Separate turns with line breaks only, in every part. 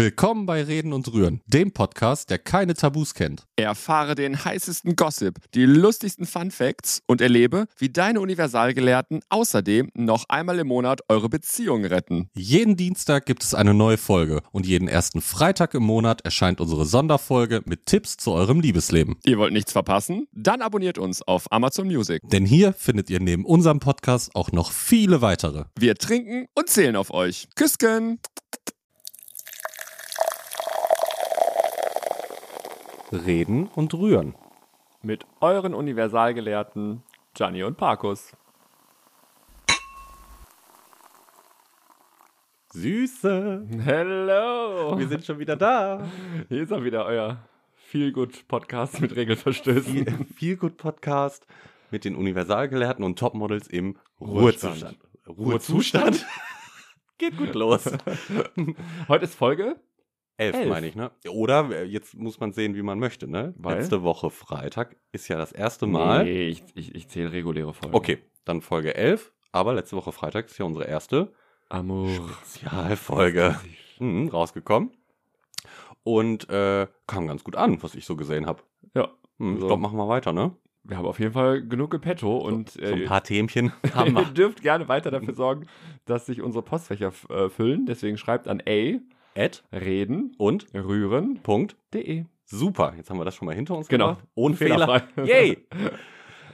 Willkommen bei Reden und Rühren, dem Podcast, der keine Tabus kennt.
Erfahre den heißesten Gossip, die lustigsten Fun Facts und erlebe, wie deine Universalgelehrten außerdem noch einmal im Monat eure Beziehung retten.
Jeden Dienstag gibt es eine neue Folge und jeden ersten Freitag im Monat erscheint unsere Sonderfolge mit Tipps zu eurem Liebesleben.
Ihr wollt nichts verpassen? Dann abonniert uns auf Amazon Music.
Denn hier findet ihr neben unserem Podcast auch noch viele weitere.
Wir trinken und zählen auf euch. Küsken!
Reden und Rühren.
Mit euren Universalgelehrten Gianni und Parkus.
Süße,
Hello!
sind schon wieder da.
Hier ist er wieder, euer Feel-Good-Podcast mit Regelverstößen.
Viel gut Podcast mit den Universalgelehrten und Topmodels im
Ruhezustand.
Ruhezustand? Geht gut los.
Heute ist Folge?
Elf,
Elf.
meine ich, ne? Oder äh, jetzt muss man sehen, wie man möchte, ne?
Weil?
Letzte Woche Freitag ist ja das erste Mal.
Nee, ich, ich, ich zähle reguläre Folgen.
Okay, dann Folge 11. Aber letzte Woche Freitag ist ja unsere erste
Amor.
Spezialfolge mhm, rausgekommen. Und äh, kam ganz gut an, was ich so gesehen habe.
Ja, also
Hm, ich
So.
glaube, machen wir weiter, ne?
wir haben auf jeden Fall genug im Petto und
so ein
äh,
paar Themchen haben
ihr
wir.
dürft gerne weiter dafür sorgen, dass sich unsere Postfächer f- äh, füllen. Deswegen schreibt an a
Ed
reden
und
rühren.de.
Punkt. Super, jetzt haben wir das schon mal hinter uns
Genau.
gebracht. Ohne Fehler.
Fehlerfrei.
Yay!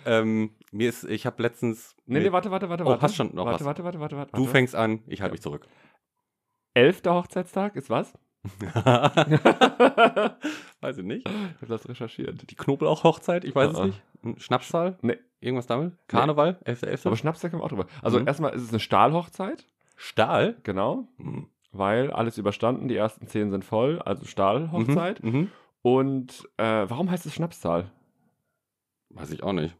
ähm, mir ist, ich habe letztens.
Nee, nee, warte, warte, warte.
Oh,
warte.
hast schon noch
warte,
was.
Warte, warte, warte, warte.
Du
warte.
fängst an, ich halte
Ja.
mich zurück.
Elfter Hochzeitstag ist was?
weiß ich nicht.
Ich hab das recherchiert.
Die Knoblauch-Hochzeit, ich weiß
Ah,
es
ah.
nicht. Ein Schnapszahl?
Nee.
Irgendwas damit? Karneval? 11.11.?
Aber Schnapstag können wir auch drüber. Also
Mhm.
erstmal ist es eine Stahlhochzeit.
Stahl?
Genau.
Mhm.
Weil alles überstanden, die ersten zehn sind voll, also Stahlhochzeit.
Mhm.
Und äh, warum heißt es Schnapszahl?
Weiß ich auch nicht.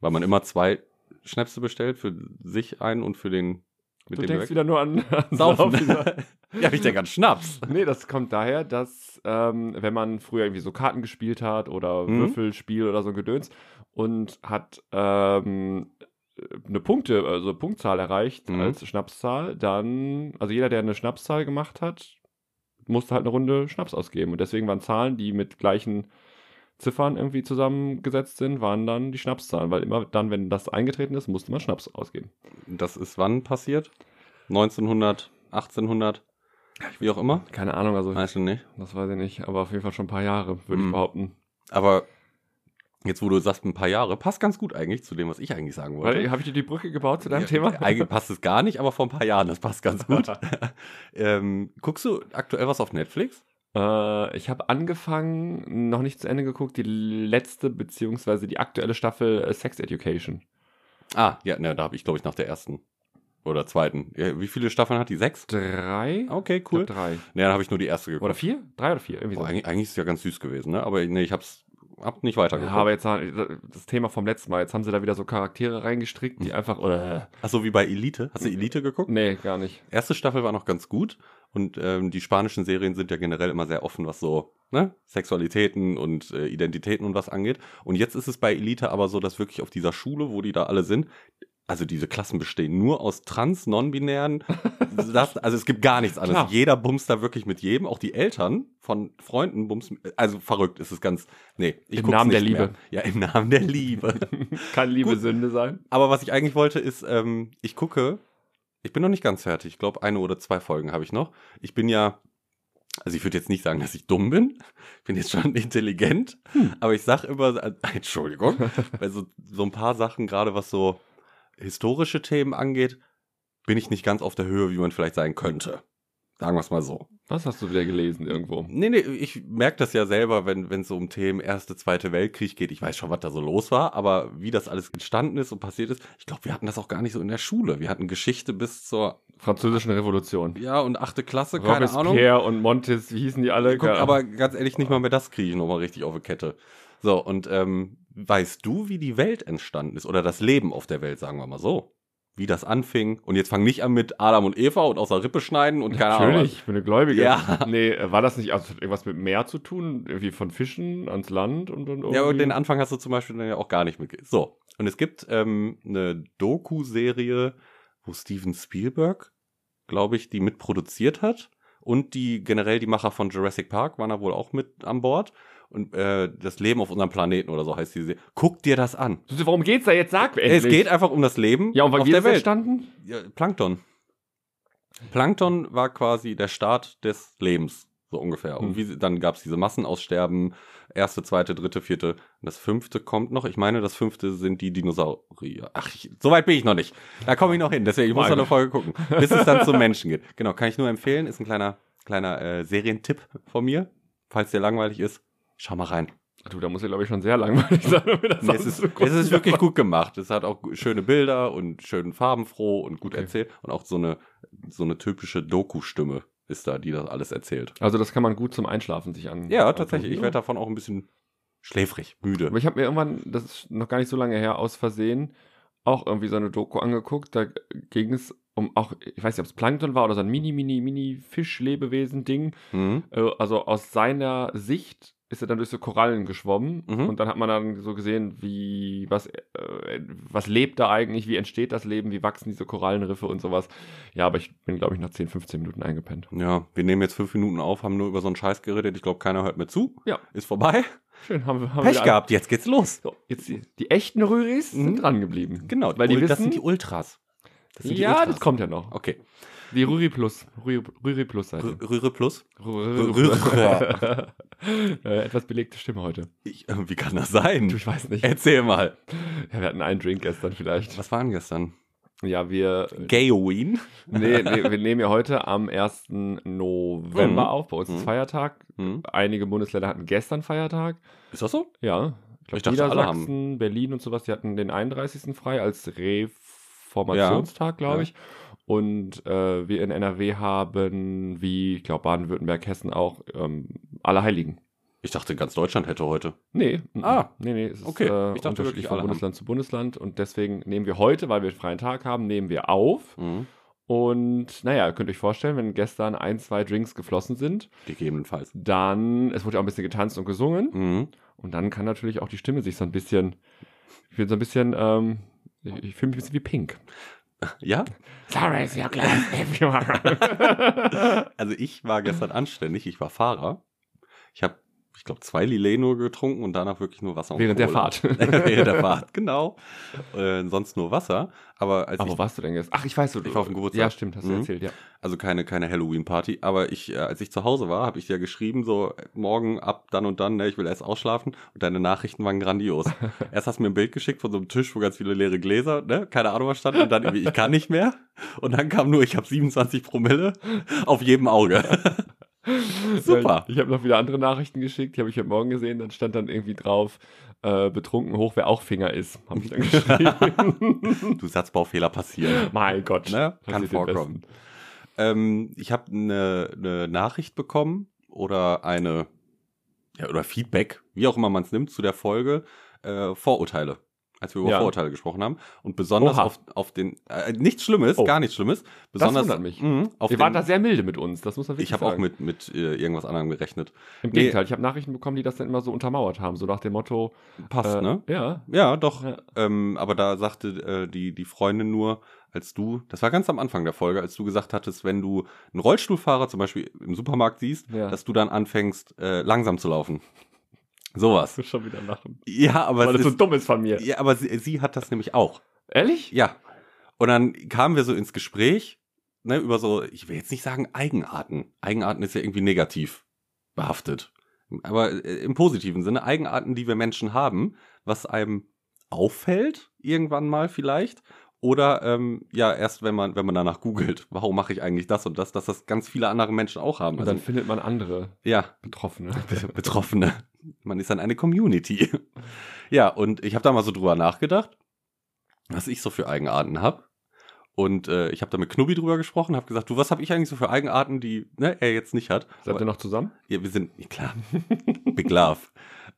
Weil man immer zwei Schnäpse bestellt, für sich einen und für den mit
du
dem
denkst
wir
wieder nur an, an
Saufen.
Saufen.
ja, ich denke an Schnaps.
Nee, das kommt daher, dass ähm, wenn man früher irgendwie so Karten gespielt hat oder
Mhm.
Würfelspiel oder so ein Gedöns und hat ähm, eine Punkte, also Punktzahl erreicht
Mhm.
als Schnapszahl, dann, also jeder, der eine Schnapszahl gemacht hat, musste halt eine Runde Schnaps ausgeben. Und deswegen waren Zahlen, die mit gleichen Ziffern irgendwie zusammengesetzt sind, waren dann die Schnapszahlen, weil immer dann, wenn das eingetreten ist, musste man Schnaps ausgeben.
Das ist wann passiert? 1900, 1800, wie auch immer?
Keine Ahnung, also
Weiß ich nicht.
das weiß ich nicht, aber auf jeden Fall schon ein paar Jahre, würde
Mhm.
ich behaupten.
Aber jetzt, wo du sagst, ein paar Jahre, passt ganz gut eigentlich zu dem, was ich eigentlich sagen wollte.
Warte, habe ich dir die Brücke gebaut zu deinem
Ja,
Thema?
Eigentlich passt es gar nicht, aber vor ein paar Jahren, das passt ganz gut. ähm, guckst du aktuell was auf Netflix?
äh, ich habe angefangen, noch nicht zu Ende geguckt, die letzte beziehungsweise die aktuelle Staffel äh, Sex Education.
Ah, ja, ne, da habe ich, glaube ich, nach der ersten oder zweiten. Ja, wie viele Staffeln hat die? Sechs?
Drei?
Okay,
Ich glaub,
cool.
Drei.
Ne, dann habe ich nur die erste geguckt.
Oh, Oder vier? Drei oder vier? Irgendwie
Boah,
so.
eigentlich, eigentlich ist es ja ganz süß gewesen, ne? Aber nee, ich hab's hab nicht weitergeguckt.
Ja, aber jetzt äh, das Thema vom letzten Mal. Jetzt haben sie da wieder so Charaktere reingestrickt, die einfach. Oder,
Achso, wie bei Elite. Hast du Elite geguckt?
nee, gar nicht.
Erste Staffel war noch ganz gut und ähm, die spanischen Serien sind ja generell immer sehr offen, was so ne? Sexualitäten und äh, Identitäten und was angeht. Und jetzt ist es bei Elite aber so, dass wirklich auf dieser Schule, wo die da alle sind, also diese Klassen bestehen nur aus trans, non-binären, das, also es gibt gar nichts anderes.
Klar.
Jeder bumst da wirklich mit jedem, auch die Eltern von Freunden bumsen, also verrückt ist es ganz, nee. Ich
Im
guck's
Namen der
nicht
Liebe.
Mehr. Ja, im Namen der Liebe.
Kann Liebe Sünde sein.
Aber was ich eigentlich wollte, ist, ähm, ich gucke, ich bin noch nicht ganz fertig. Ich glaube, eine oder zwei Folgen habe ich noch. Ich bin ja, also ich würde jetzt nicht sagen, dass ich dumm bin. Ich bin jetzt schon intelligent. Aber ich sage immer, äh, Entschuldigung, weil so, so ein paar Sachen, gerade was so historische Themen angeht, bin ich nicht ganz auf der Höhe, wie man vielleicht sein könnte. Sagen wir es mal so.
Was hast du wieder gelesen irgendwo?
Nee, nee, ich merke das ja selber, wenn wenn es so um Themen Erste, Zweite Weltkrieg geht. Ich weiß schon, was da so los war, aber wie das alles entstanden ist und passiert ist, ich glaube, wir hatten das auch gar nicht so in der Schule. Wir hatten Geschichte bis zur,
Französischen Revolution.
ja, und achte Klasse, keine Ahnung.
Robespierre und Montes, wie hießen die alle?
Guck,
Keine
aber ganz ehrlich, nicht mal mehr das kriege ich nochmal richtig auf die Kette. So, und ähm, weißt du, wie die Welt entstanden ist oder das Leben auf der Welt, sagen wir mal so? Wie das anfing? Und jetzt fang nicht an mit Adam und Eva und aus der Rippe schneiden und keine Ahnung.
Natürlich, ich bin eine Gläubige.
Ja.
Nee, äh, war das nicht, also hat irgendwas mit Meer zu tun? Irgendwie von Fischen ans Land und dann irgendwie?
Ja, und den Anfang hast du zum Beispiel dann ja auch gar nicht mitge. So, und es gibt ähm, eine Doku-Serie, wo Steven Spielberg, glaube ich, die mitproduziert hat. und die generell die Macher von Jurassic Park waren da wohl auch mit an Bord. Und äh, das Leben auf unserem Planeten oder so heißt die Serie. Guck dir das an.
Worum geht's da jetzt? Sag endlich.
Es geht einfach um das Leben
Ja, und wann
auf
geht
der
es
Welt.
entstanden?
Ja, Plankton. Plankton war quasi der Start des Lebens, so ungefähr. Und
Hm.
wie, sie- dann gab es diese Massenaussterben, erste, zweite, dritte, vierte. Und das fünfte kommt noch. Ich meine, das fünfte sind die Dinosaurier. Ach, ich, so weit bin ich noch nicht. Da komme ich noch hin. Deswegen, ich muss noch
Meine.
eine Folge gucken, bis es dann zu Menschen geht. Genau, kann ich nur empfehlen. Ist ein kleiner, kleiner äh, Serientipp von mir. Falls der langweilig ist, schau mal rein.
Du, da muss ich glaube ich schon sehr langweilig sein, um mir das
Nee, es, ist,
anzugucken.
es ist wirklich gut gemacht. Es hat auch gu- schöne Bilder und schön farbenfroh und gut
Okay.
erzählt. Und auch so eine, so eine typische Doku-Stimme ist da, die das alles erzählt. Also,
Also das kann man gut zum Einschlafen sich an.
Ja,
antun.
tatsächlich. Ich
Ja.
werde davon auch ein bisschen schläfrig,
Aber
müde.
ich habe mir irgendwann, das ist noch gar nicht so lange her, aus Versehen auch irgendwie so eine Doku angeguckt. Da ging es um auch, ich weiß nicht, ob es Plankton war oder so ein mini, mini, mini Fischlebewesen-Ding.
Mhm.
Äh, Also aus seiner Sicht ist er dann durch so Korallen geschwommen
Mhm.
und dann hat man dann so gesehen, wie, was, äh, was lebt da eigentlich, wie entsteht das Leben, wie wachsen diese Korallenriffe und sowas. Ja, aber ich bin, glaube ich, nach 10, 15 Minuten eingepennt.
Ja, wir nehmen jetzt fünf Minuten auf, haben nur über so einen Scheiß geredet. Ich glaube, keiner hört mir zu.
Ja.
Ist vorbei.
Schön, haben wir. Haben wir
Pech
alle-
gehabt, jetzt geht's los.
So, jetzt die, die echten Rühris
Mhm.
sind dran geblieben.
Genau,
weil die
Ul-
wissen,
das sind die Ultras. Das sind die
ja,
Ultras.
das kommt ja noch.
Okay.
Die Rüri Plus. Rüri, Rüri Plus Seite.
R Rühre plus.
Rüri äh, etwas belegte Stimme heute.
Ich, äh, wie kann das
Du,
sein?
ich weiß nicht. Ja,
Erzähl mal.
wir hatten einen Drink gestern vielleicht.
Äh. Was Äh, waren gestern?
Ja, wir.
Gayoween?
Nee, nee, wir nehmen ja heute am 1. November
Mhm.
auf. Bei uns ist
Mhm.
Feiertag.
Hm?
Einige Bundesländer hatten gestern Feiertag.
Ist das so?
Ja. glaub,
Ich dachte, alle
Niedersachsen, Berlin und sowas, die hatten den 31. frei als Reformationstag,
Ja.
glaube ich. Und äh, wir in NRW haben, wie ich glaube Baden-Württemberg, Hessen auch, ähm, alle Heiligen.
Ich dachte, ganz Deutschland hätte heute.
Nee. mhm.
Ah,
nee, nee. Es ist
okay.
äh,
Ich dachte
unterschiedlich
wirklich,
von
alle
Bundesland zu Bundesland. Und deswegen nehmen wir heute, weil wir einen freien Tag haben, nehmen wir auf.
Mhm.
Und naja, ihr könnt euch vorstellen, wenn gestern ein, zwei Drinks geflossen sind,
Gegebenenfalls. Mhm.
dann, es wurde ja auch ein bisschen getanzt und gesungen. Und dann kann natürlich auch die Stimme sich so ein bisschen, ich bin so ein bisschen, ähm, ich, ich fühle mich ein bisschen wie Pink.
Ja,
Sorry, it's your glass everywhere.
also ich war gestern anständig. Ich war Fahrer. Ich habe, ich glaube, zwei Lillet nur getrunken und danach wirklich nur Wasser. und
Während der
Cola.
Fahrt.
Während der Fahrt, genau. Äh, sonst nur Wasser. Aber als
Aber wo
ich,
warst du denn jetzt? Ach, ich weiß, du,
Ich war auf dem Geburtstag.
Ja, stimmt, hast du
Mhm.
erzählt, ja.
also keine, keine Halloween-Party, aber ich, äh, als ich zu Hause war, habe ich dir geschrieben, so äh, morgen ab dann und dann, ne, ich will erst ausschlafen und deine Nachrichten waren grandios. erst hast du mir ein Bild geschickt von so einem Tisch, wo ganz viele leere Gläser, ne, keine Ahnung was stand und dann irgendwie, ich kann nicht mehr und dann kam nur, ich habe 27 Promille auf jedem Auge. Super.
Weil Ich habe noch wieder andere Nachrichten geschickt, die habe ich heute Morgen gesehen, dann stand dann irgendwie drauf, äh, betrunken hoch, wer auch Finger ist, habe ich dann geschrieben.
du Satzbaufehler passieren.
mein Gott.
Ne?
Das
Kann
ist die
vorkommen. Ähm, ich habe eine ne Nachricht bekommen oder eine ja, oder Feedback, wie auch immer man es nimmt, zu der Folge äh, Vorurteile, als wir über
Ja.
Vorurteile gesprochen haben und besonders
Oha.
auf, auf den äh, nichts Schlimmes,
Oh.
gar nichts Schlimmes, besonders
wundert mich.
Mhm, auf
Wir
den,
waren da sehr milde mit uns, das muss man wirklich
ich habe
sagen.
auch mit mit äh, irgendwas anderem gerechnet.
Im
Nee.
Gegenteil, ich habe Nachrichten bekommen, die das dann immer so untermauert haben, so nach dem Motto,
Passt,
äh,
ne?
ja.
Ja, doch.
Ja.
Ähm, aber da sagte äh, die, die Freundin nur, als du, das war ganz am Anfang der Folge, als du gesagt hattest, wenn du einen Rollstuhlfahrer zum Beispiel im Supermarkt siehst,
Ja.
dass du dann anfängst, äh, langsam zu laufen. Sowas.
muss schon wieder lachen.
Ja, aber,
Weil das
es
so
ist,
dumm ist von mir.
ja, aber sie, sie hat das nämlich auch.
Ehrlich?
Ja. Und dann kamen wir so ins Gespräch ne, über so, ich will jetzt nicht sagen Eigenarten. Eigenarten ist ja irgendwie negativ behaftet. Aber äh, im positiven Sinne, Eigenarten, die wir Menschen haben, was einem auffällt, irgendwann mal vielleicht. Oder ähm, ja, erst wenn man, wenn man danach googelt, warum mache ich eigentlich das und das, dass das ganz viele andere Menschen auch haben.
Und
Also,
dann findet man andere
ja,
Betroffene.
Betroffene. Man ist dann eine Community. Ja, und ich habe da mal so drüber nachgedacht, was ich so für Eigenarten habe. Und äh, ich habe da mit Knubbi drüber gesprochen, habe gesagt, du, was habe ich eigentlich so für Eigenarten, die ne, er jetzt nicht hat?
Seid ihr noch zusammen?
Ja, wir sind, ja, klar, Big Love.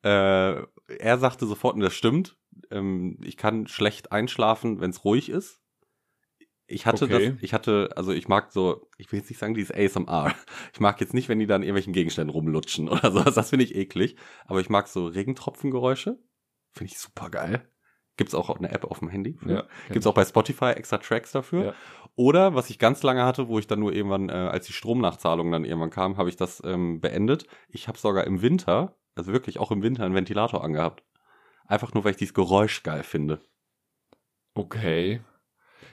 äh, er sagte sofort, und das stimmt, ähm, ich kann schlecht einschlafen, wenn es ruhig ist. Ich hatte
Okay.
das, ich hatte, also ich mag so, ich will jetzt nicht sagen, dieses ASMR. Ich mag jetzt nicht, wenn die da an irgendwelchen Gegenständen rumlutschen oder sowas, das finde ich eklig. Aber ich mag so Regentropfengeräusche. Finde ich super geil. Gibt es auch eine App auf dem Handy. für.
Ja,
Gibt es auch bei Spotify extra Tracks dafür.
Ja.
Oder, was ich ganz lange hatte, wo ich dann nur irgendwann, äh, als die Stromnachzahlung dann irgendwann kam, habe ich das ähm, beendet. Ich habe sogar im Winter, also wirklich auch im Winter, einen Ventilator angehabt. Einfach nur, weil ich dieses Geräusch geil finde.
Okay.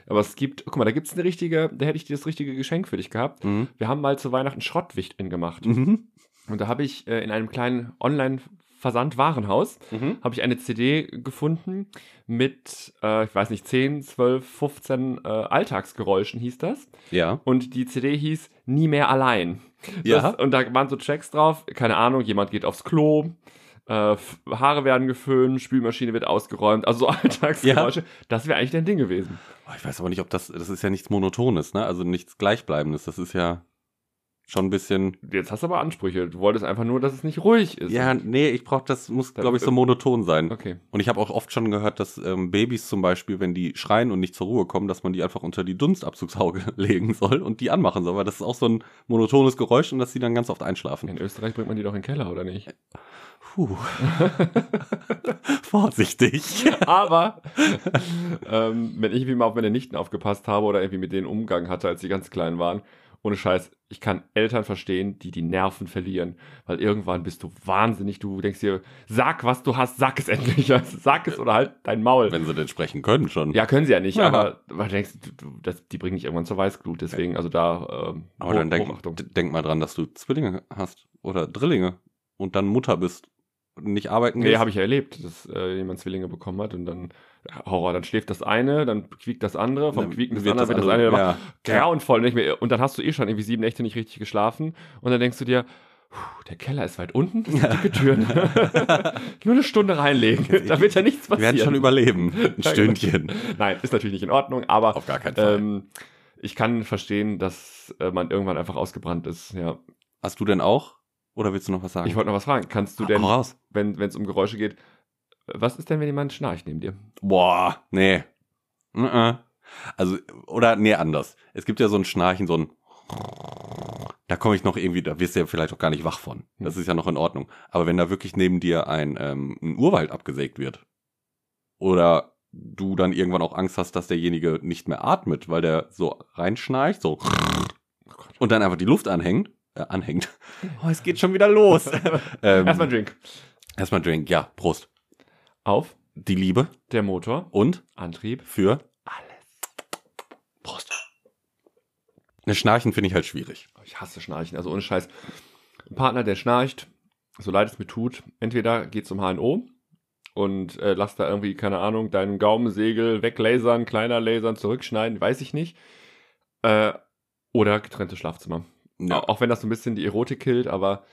Aber es gibt, guck mal, da gibt es eine richtige, da hätte ich dir das richtige Geschenk für dich gehabt.
Mhm.
Wir haben mal zu Weihnachten Schrottwichteln gemacht.
Mhm.
Und da habe ich äh, in einem kleinen Online-Versand-Warenhaus
Mhm.
habe ich eine CD gefunden mit, äh, ich weiß nicht, 10, 12, 15 äh, Alltagsgeräuschen hieß das.
Ja.
Und die CD hieß Nie mehr allein.
Ja.
Das, und da waren so Tracks drauf, keine Ahnung, jemand geht aufs Klo, äh, F- Haare werden geföhnt, Spülmaschine wird ausgeräumt, also so Alltagsgeräusche. Das wäre eigentlich dein Ding gewesen.
Oh, ich weiß aber nicht, ob das, das ist ja nichts Monotones, ne? Also nichts Gleichbleibendes. Das ist ja schon ein bisschen.
Jetzt hast du aber Ansprüche. Du wolltest einfach nur, dass es nicht ruhig ist.
Ja, nee, ich brauche das, muss, äh,
Da-
glaube ich, so monoton sein.
Okay.
Und ich habe auch oft schon gehört, dass ähm, Babys zum Beispiel, wenn die schreien und nicht zur Ruhe kommen, dass man die einfach unter die Dunstabzugshaube legen soll und die anmachen soll, weil das ist auch so ein monotones Geräusch und dass die dann ganz oft einschlafen.
In Österreich bringt man die doch in den Keller, oder nicht?
Puh. Vorsichtig.
Aber ähm, wenn ich irgendwie mal auf meine Nichten aufgepasst habe oder irgendwie mit denen Umgang hatte, als sie ganz klein waren, ohne Scheiß, ich kann Eltern verstehen, die die Nerven verlieren, weil irgendwann bist du wahnsinnig, du denkst dir, sag, was du hast, sag es endlich, Also sag es oder halt dein Maul.
Wenn sie denn sprechen können schon.
Ja, können sie ja nicht,
Ja.
aber weil du denkst, du, du, das, die bringen dich irgendwann zur Weißglut, deswegen, also da ähm,
Aber dann
Hoch-
denk,
Hochachtung.
d- denk mal dran, dass du Zwillinge hast oder Drillinge und dann Mutter bist und nicht arbeiten
Nee,
gehst.
habe ich ja erlebt, dass äh, jemand Zwillinge bekommen hat und dann Horror, dann schläft das eine, dann quiekt das andere, vom
Dann
Quieken des
wird
anderen wird das
andere-
eine,
ja.
grauenvoll. Und, ich mir, und dann hast du eh schon irgendwie sieben Nächte nicht richtig geschlafen. Und dann denkst du dir, puh, der Keller ist weit unten, das sind dicke Türen. Nur eine Stunde reinlegen, da wird ja nichts
Wir werden schon
passieren.
überleben. Ein
Ja, genau.
Stündchen.
Nein, ist natürlich nicht in Ordnung, aber
Auf gar keinen Fall.
ähm, ich kann verstehen, dass äh, man irgendwann einfach ausgebrannt ist. Ja.
Hast du denn auch? Oder willst du noch was sagen?
Ich wollte noch was fragen. Kannst du
Hau
denn,
raus.
wenn es um Geräusche geht, was ist denn, wenn jemand schnarcht neben dir?
Boah, nee. Mm -mm. Also, oder nee, anders. Es gibt ja so ein Schnarchen, so ein. Da komme ich noch irgendwie, da wirst du ja vielleicht auch gar nicht wach von. Das ist ja noch in Ordnung. Aber wenn da wirklich neben dir ein, ähm, ein Urwald abgesägt wird oder du dann irgendwann auch Angst hast, dass derjenige nicht mehr atmet, weil der so reinschnarcht, so
Oh Gott.
und dann einfach die Luft anhängt, äh, anhängt. Oh, es geht schon wieder los. ähm,
Erstmal ein Drink.
erstmal Drink, ja, Prost.
Auf,
Die Liebe
der Motor,
und
Antrieb,
für
alles.
Prost. Ne, Schnarchen finde ich halt schwierig.
Ich hasse Schnarchen, also ohne Scheiß. Ein Partner, der schnarcht, so leid es mir tut, entweder um geht zum HNO und äh, lass da irgendwie, keine Ahnung, deinen Gaumensegel weglasern, kleiner lasern, zurückschneiden, weiß ich nicht. Äh, oder getrennte Schlafzimmer.
Oh,
Au- Auch wenn das so ein bisschen die Erotik killt, aber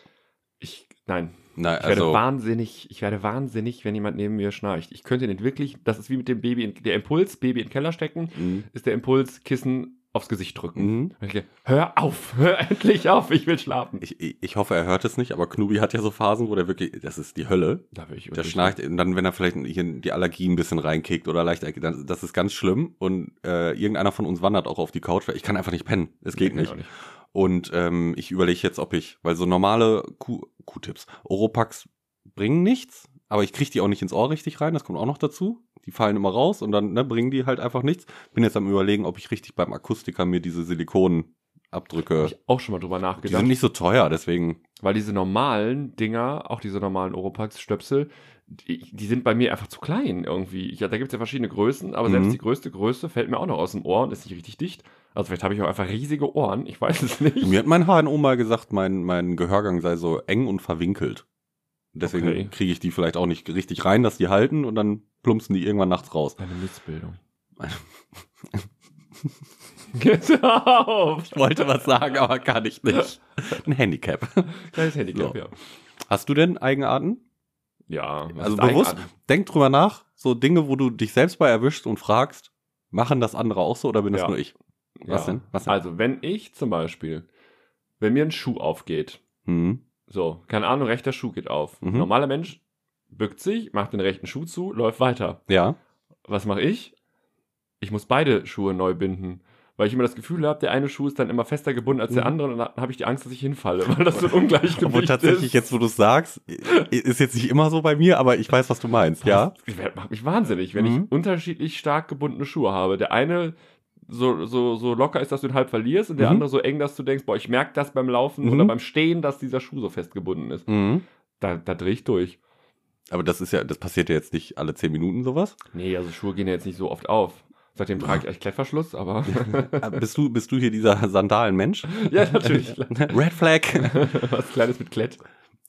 ich, nein,
Nein,
ich werde
also,
wahnsinnig, ich werde wahnsinnig, wenn jemand neben mir schnarcht. Ich könnte den wirklich, das ist wie mit dem Baby, in, der Impuls, Baby in den Keller stecken,
Mhm.
ist der Impuls, Kissen aufs Gesicht drücken.
Mhm.
Und ich denke, hör auf, hör endlich auf, ich will schlafen.
Ich, ich ich hoffe, er hört es nicht, aber Knubi hat ja so Phasen, wo der wirklich, das ist die Hölle.
da will ich
Der
wirklich-
schnarcht und dann, wenn er vielleicht hier die Allergie ein bisschen reinkickt oder leicht, dann- das ist ganz schlimm. Und äh, irgendeiner von uns wandert auch auf die Couch, weil ich kann einfach nicht pennen. Es geht
Nee,
nicht.
auch
Und ähm, ich überlege jetzt, ob ich, weil so normale Q- Q-Tips, Oropax bringen nichts, aber ich kriege die auch nicht ins Ohr richtig rein, das kommt auch noch dazu. Die fallen immer raus und dann ne, bringen die halt einfach nichts. Bin jetzt am überlegen, ob ich richtig beim Akustiker mir diese
Hab
Silikonabdrücke.
ich auch schon mal drüber
Die sind
nachgedacht,
nicht so teuer, deswegen.
weil diese normalen Dinger, auch diese normalen Oropax-Stöpsel, die, die sind bei mir einfach zu klein irgendwie. Ich, da gibt es ja verschiedene Größen, aber
Mhm.
selbst die größte Größe fällt mir auch noch aus dem Ohr und ist nicht richtig dicht. Also vielleicht habe ich auch einfach riesige Ohren, ich weiß es nicht.
Mir hat mein HNO mal gesagt, mein, mein Gehörgang sei so eng und verwinkelt. Deswegen
Okay.
kriege ich die vielleicht auch nicht richtig rein, dass die halten und dann plumpsen die irgendwann nachts raus.
Eine Missbildung.
Eine-
Geht auf!
Ich wollte was sagen, aber kann ich nicht. Ein Handicap.
Kleines Handicap,
So.
ja.
Hast du denn Eigenarten?
Ja, was
Also
ist
bewusst,
Eigenarten?
denk drüber nach, so Dinge, wo du dich selbst bei erwischst und fragst, machen das andere auch so oder bin das
Ja.
nur ich? Was
ja.
denn? Was denn?
Also, wenn ich zum Beispiel, wenn mir ein Schuh aufgeht,
Hm.
so, keine Ahnung, rechter Schuh geht auf.
Mhm.
Normaler Mensch bückt sich, macht den rechten Schuh zu, läuft weiter.
Ja.
Was mache ich? Ich muss beide Schuhe neu binden, Weil ich immer das Gefühl habe, der eine Schuh ist dann immer fester gebunden als der andere und dann habe ich die Angst, dass ich hinfalle, weil das so ein Ungleichgewicht
Mhm. Obwohl tatsächlich
ist.
jetzt, wo du es sagst, ist jetzt nicht immer so bei mir, aber ich weiß, was du meinst, ja?
Das wär- macht mich wahnsinnig, wenn
Mhm.
ich unterschiedlich stark gebundene Schuhe habe. Der eine so, so, so locker ist, dass du ihn halb verlierst und der
Mhm.
andere so eng, dass du denkst, boah, ich merke das beim Laufen
Mhm.
oder beim Stehen, dass dieser Schuh so festgebunden ist.
Mhm.
Da, da drehe ich durch.
Aber das ist ja, das passiert ja jetzt nicht alle zehn Minuten sowas.
Nee, also Schuhe gehen ja jetzt nicht so oft auf. Seitdem trage ich eigentlich Klettverschluss, aber
Äh, bist, du, bist du hier dieser Sandalenmensch?
ja, natürlich.
Red Flag.
Was Kleines mit Klett.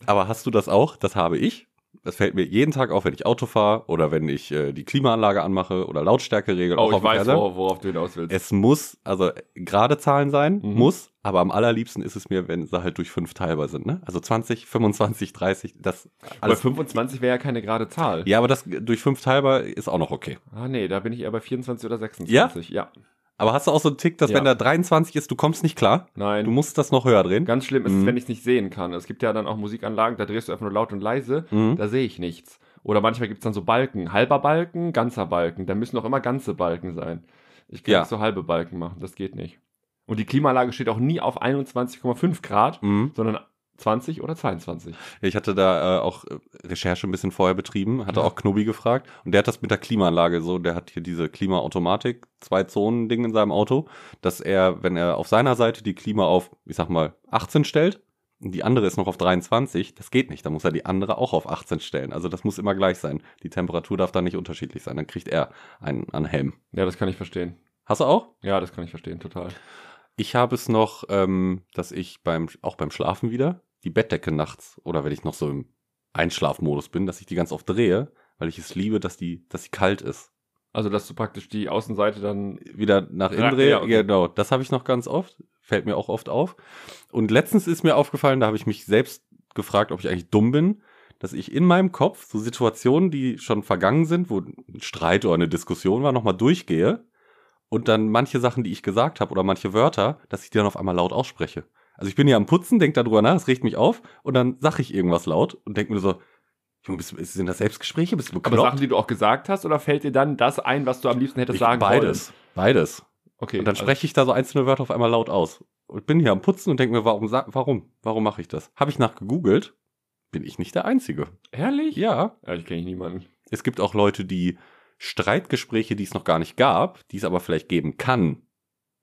Aber hast du das auch? Das habe ich. Das fällt mir jeden Tag auf, wenn ich Auto fahre oder wenn ich äh, die Klimaanlage anmache oder Lautstärke regel.
Oh,
auch auf
ich
dem
weiß,
Fernseher.
wor worauf du hinaus willst.
Es muss, also gerade Zahlen sein,
Mhm.
muss, aber am allerliebsten ist es mir, wenn sie halt durch fünf teilbar sind, ne? Also 20, 25, 30, das
Aber
alles.
25 wäre ja keine gerade Zahl.
Ja, aber das durch fünf teilbar ist auch noch okay.
Ah, nee, da bin ich eher bei 24 oder 26. Ja?
Aber hast du auch so einen Tick, dass
Ja.
wenn da 23 ist, du kommst nicht klar?
Nein.
Du musst das noch höher drehen?
Ganz schlimm ist es,
Mhm.
wenn ich es nicht sehen kann. Es gibt ja dann auch Musikanlagen, da drehst du einfach nur laut und leise,
Mhm.
da sehe ich nichts. Oder manchmal gibt es dann so Balken, halber Balken, ganzer Balken. Da müssen auch immer ganze Balken sein. Ich kann
Ja.
nicht so halbe Balken machen, das geht nicht. Und die Klimaanlage steht auch nie auf 21,5 Grad,
Mhm.
sondern 20 oder 22.
Ich hatte da äh, auch äh, Recherche ein bisschen vorher betrieben, hatte auch Knobi gefragt und der hat das mit der Klimaanlage so, der hat hier diese Klimaautomatik, zwei Zonen Ding in seinem Auto, dass er, wenn er auf seiner Seite die Klima auf, ich sag mal, 18 stellt und die andere ist noch auf 23, das geht nicht, da muss er die andere auch auf 18 stellen. Also das muss immer gleich sein. Die Temperatur darf da nicht unterschiedlich sein, dann kriegt er einen an Helm.
Ja, das kann ich verstehen.
Hast du auch?
Ja, das kann ich verstehen, total.
Ich habe es noch, ähm, dass ich beim, auch beim Schlafen wieder die Bettdecke nachts oder wenn ich noch so im Einschlafmodus bin, dass ich die ganz oft drehe, weil ich es liebe, dass die, dass sie kalt ist.
Also, dass du praktisch die Außenseite dann.
Wieder nach innen
Ja,
drehe.
ja, okay.
Genau, das habe ich noch ganz oft. Fällt mir auch oft auf. Und letztens ist mir aufgefallen, da habe ich mich selbst gefragt, ob ich eigentlich dumm bin, dass ich in meinem Kopf so Situationen, die schon vergangen sind, wo ein Streit oder eine Diskussion war, nochmal durchgehe und dann manche Sachen, die ich gesagt habe oder manche Wörter, dass ich die dann auf einmal laut ausspreche. Also ich bin ja am Putzen, denke darüber nach, es regt mich auf und dann sage ich irgendwas laut und denke mir so, Junge, bist, du- sind das Selbstgespräche? Bist du
Aber
bekloppt?
Sachen, die du auch gesagt hast, oder fällt dir dann das ein, was du am liebsten hättest
Ich-
sagen
beides, beides.
wollen? Okay.
Und dann
also-
spreche ich da so einzelne Wörter auf einmal laut aus. Und bin hier am Putzen und denke mir, warum, sa- warum, warum mache ich das? Habe ich nachgegoogelt, bin ich nicht der Einzige.
Ehrlich?
Ja,
Ja, ich kenne niemanden.
es gibt auch Leute, die Streitgespräche, die es noch gar nicht gab, die es aber vielleicht geben kann,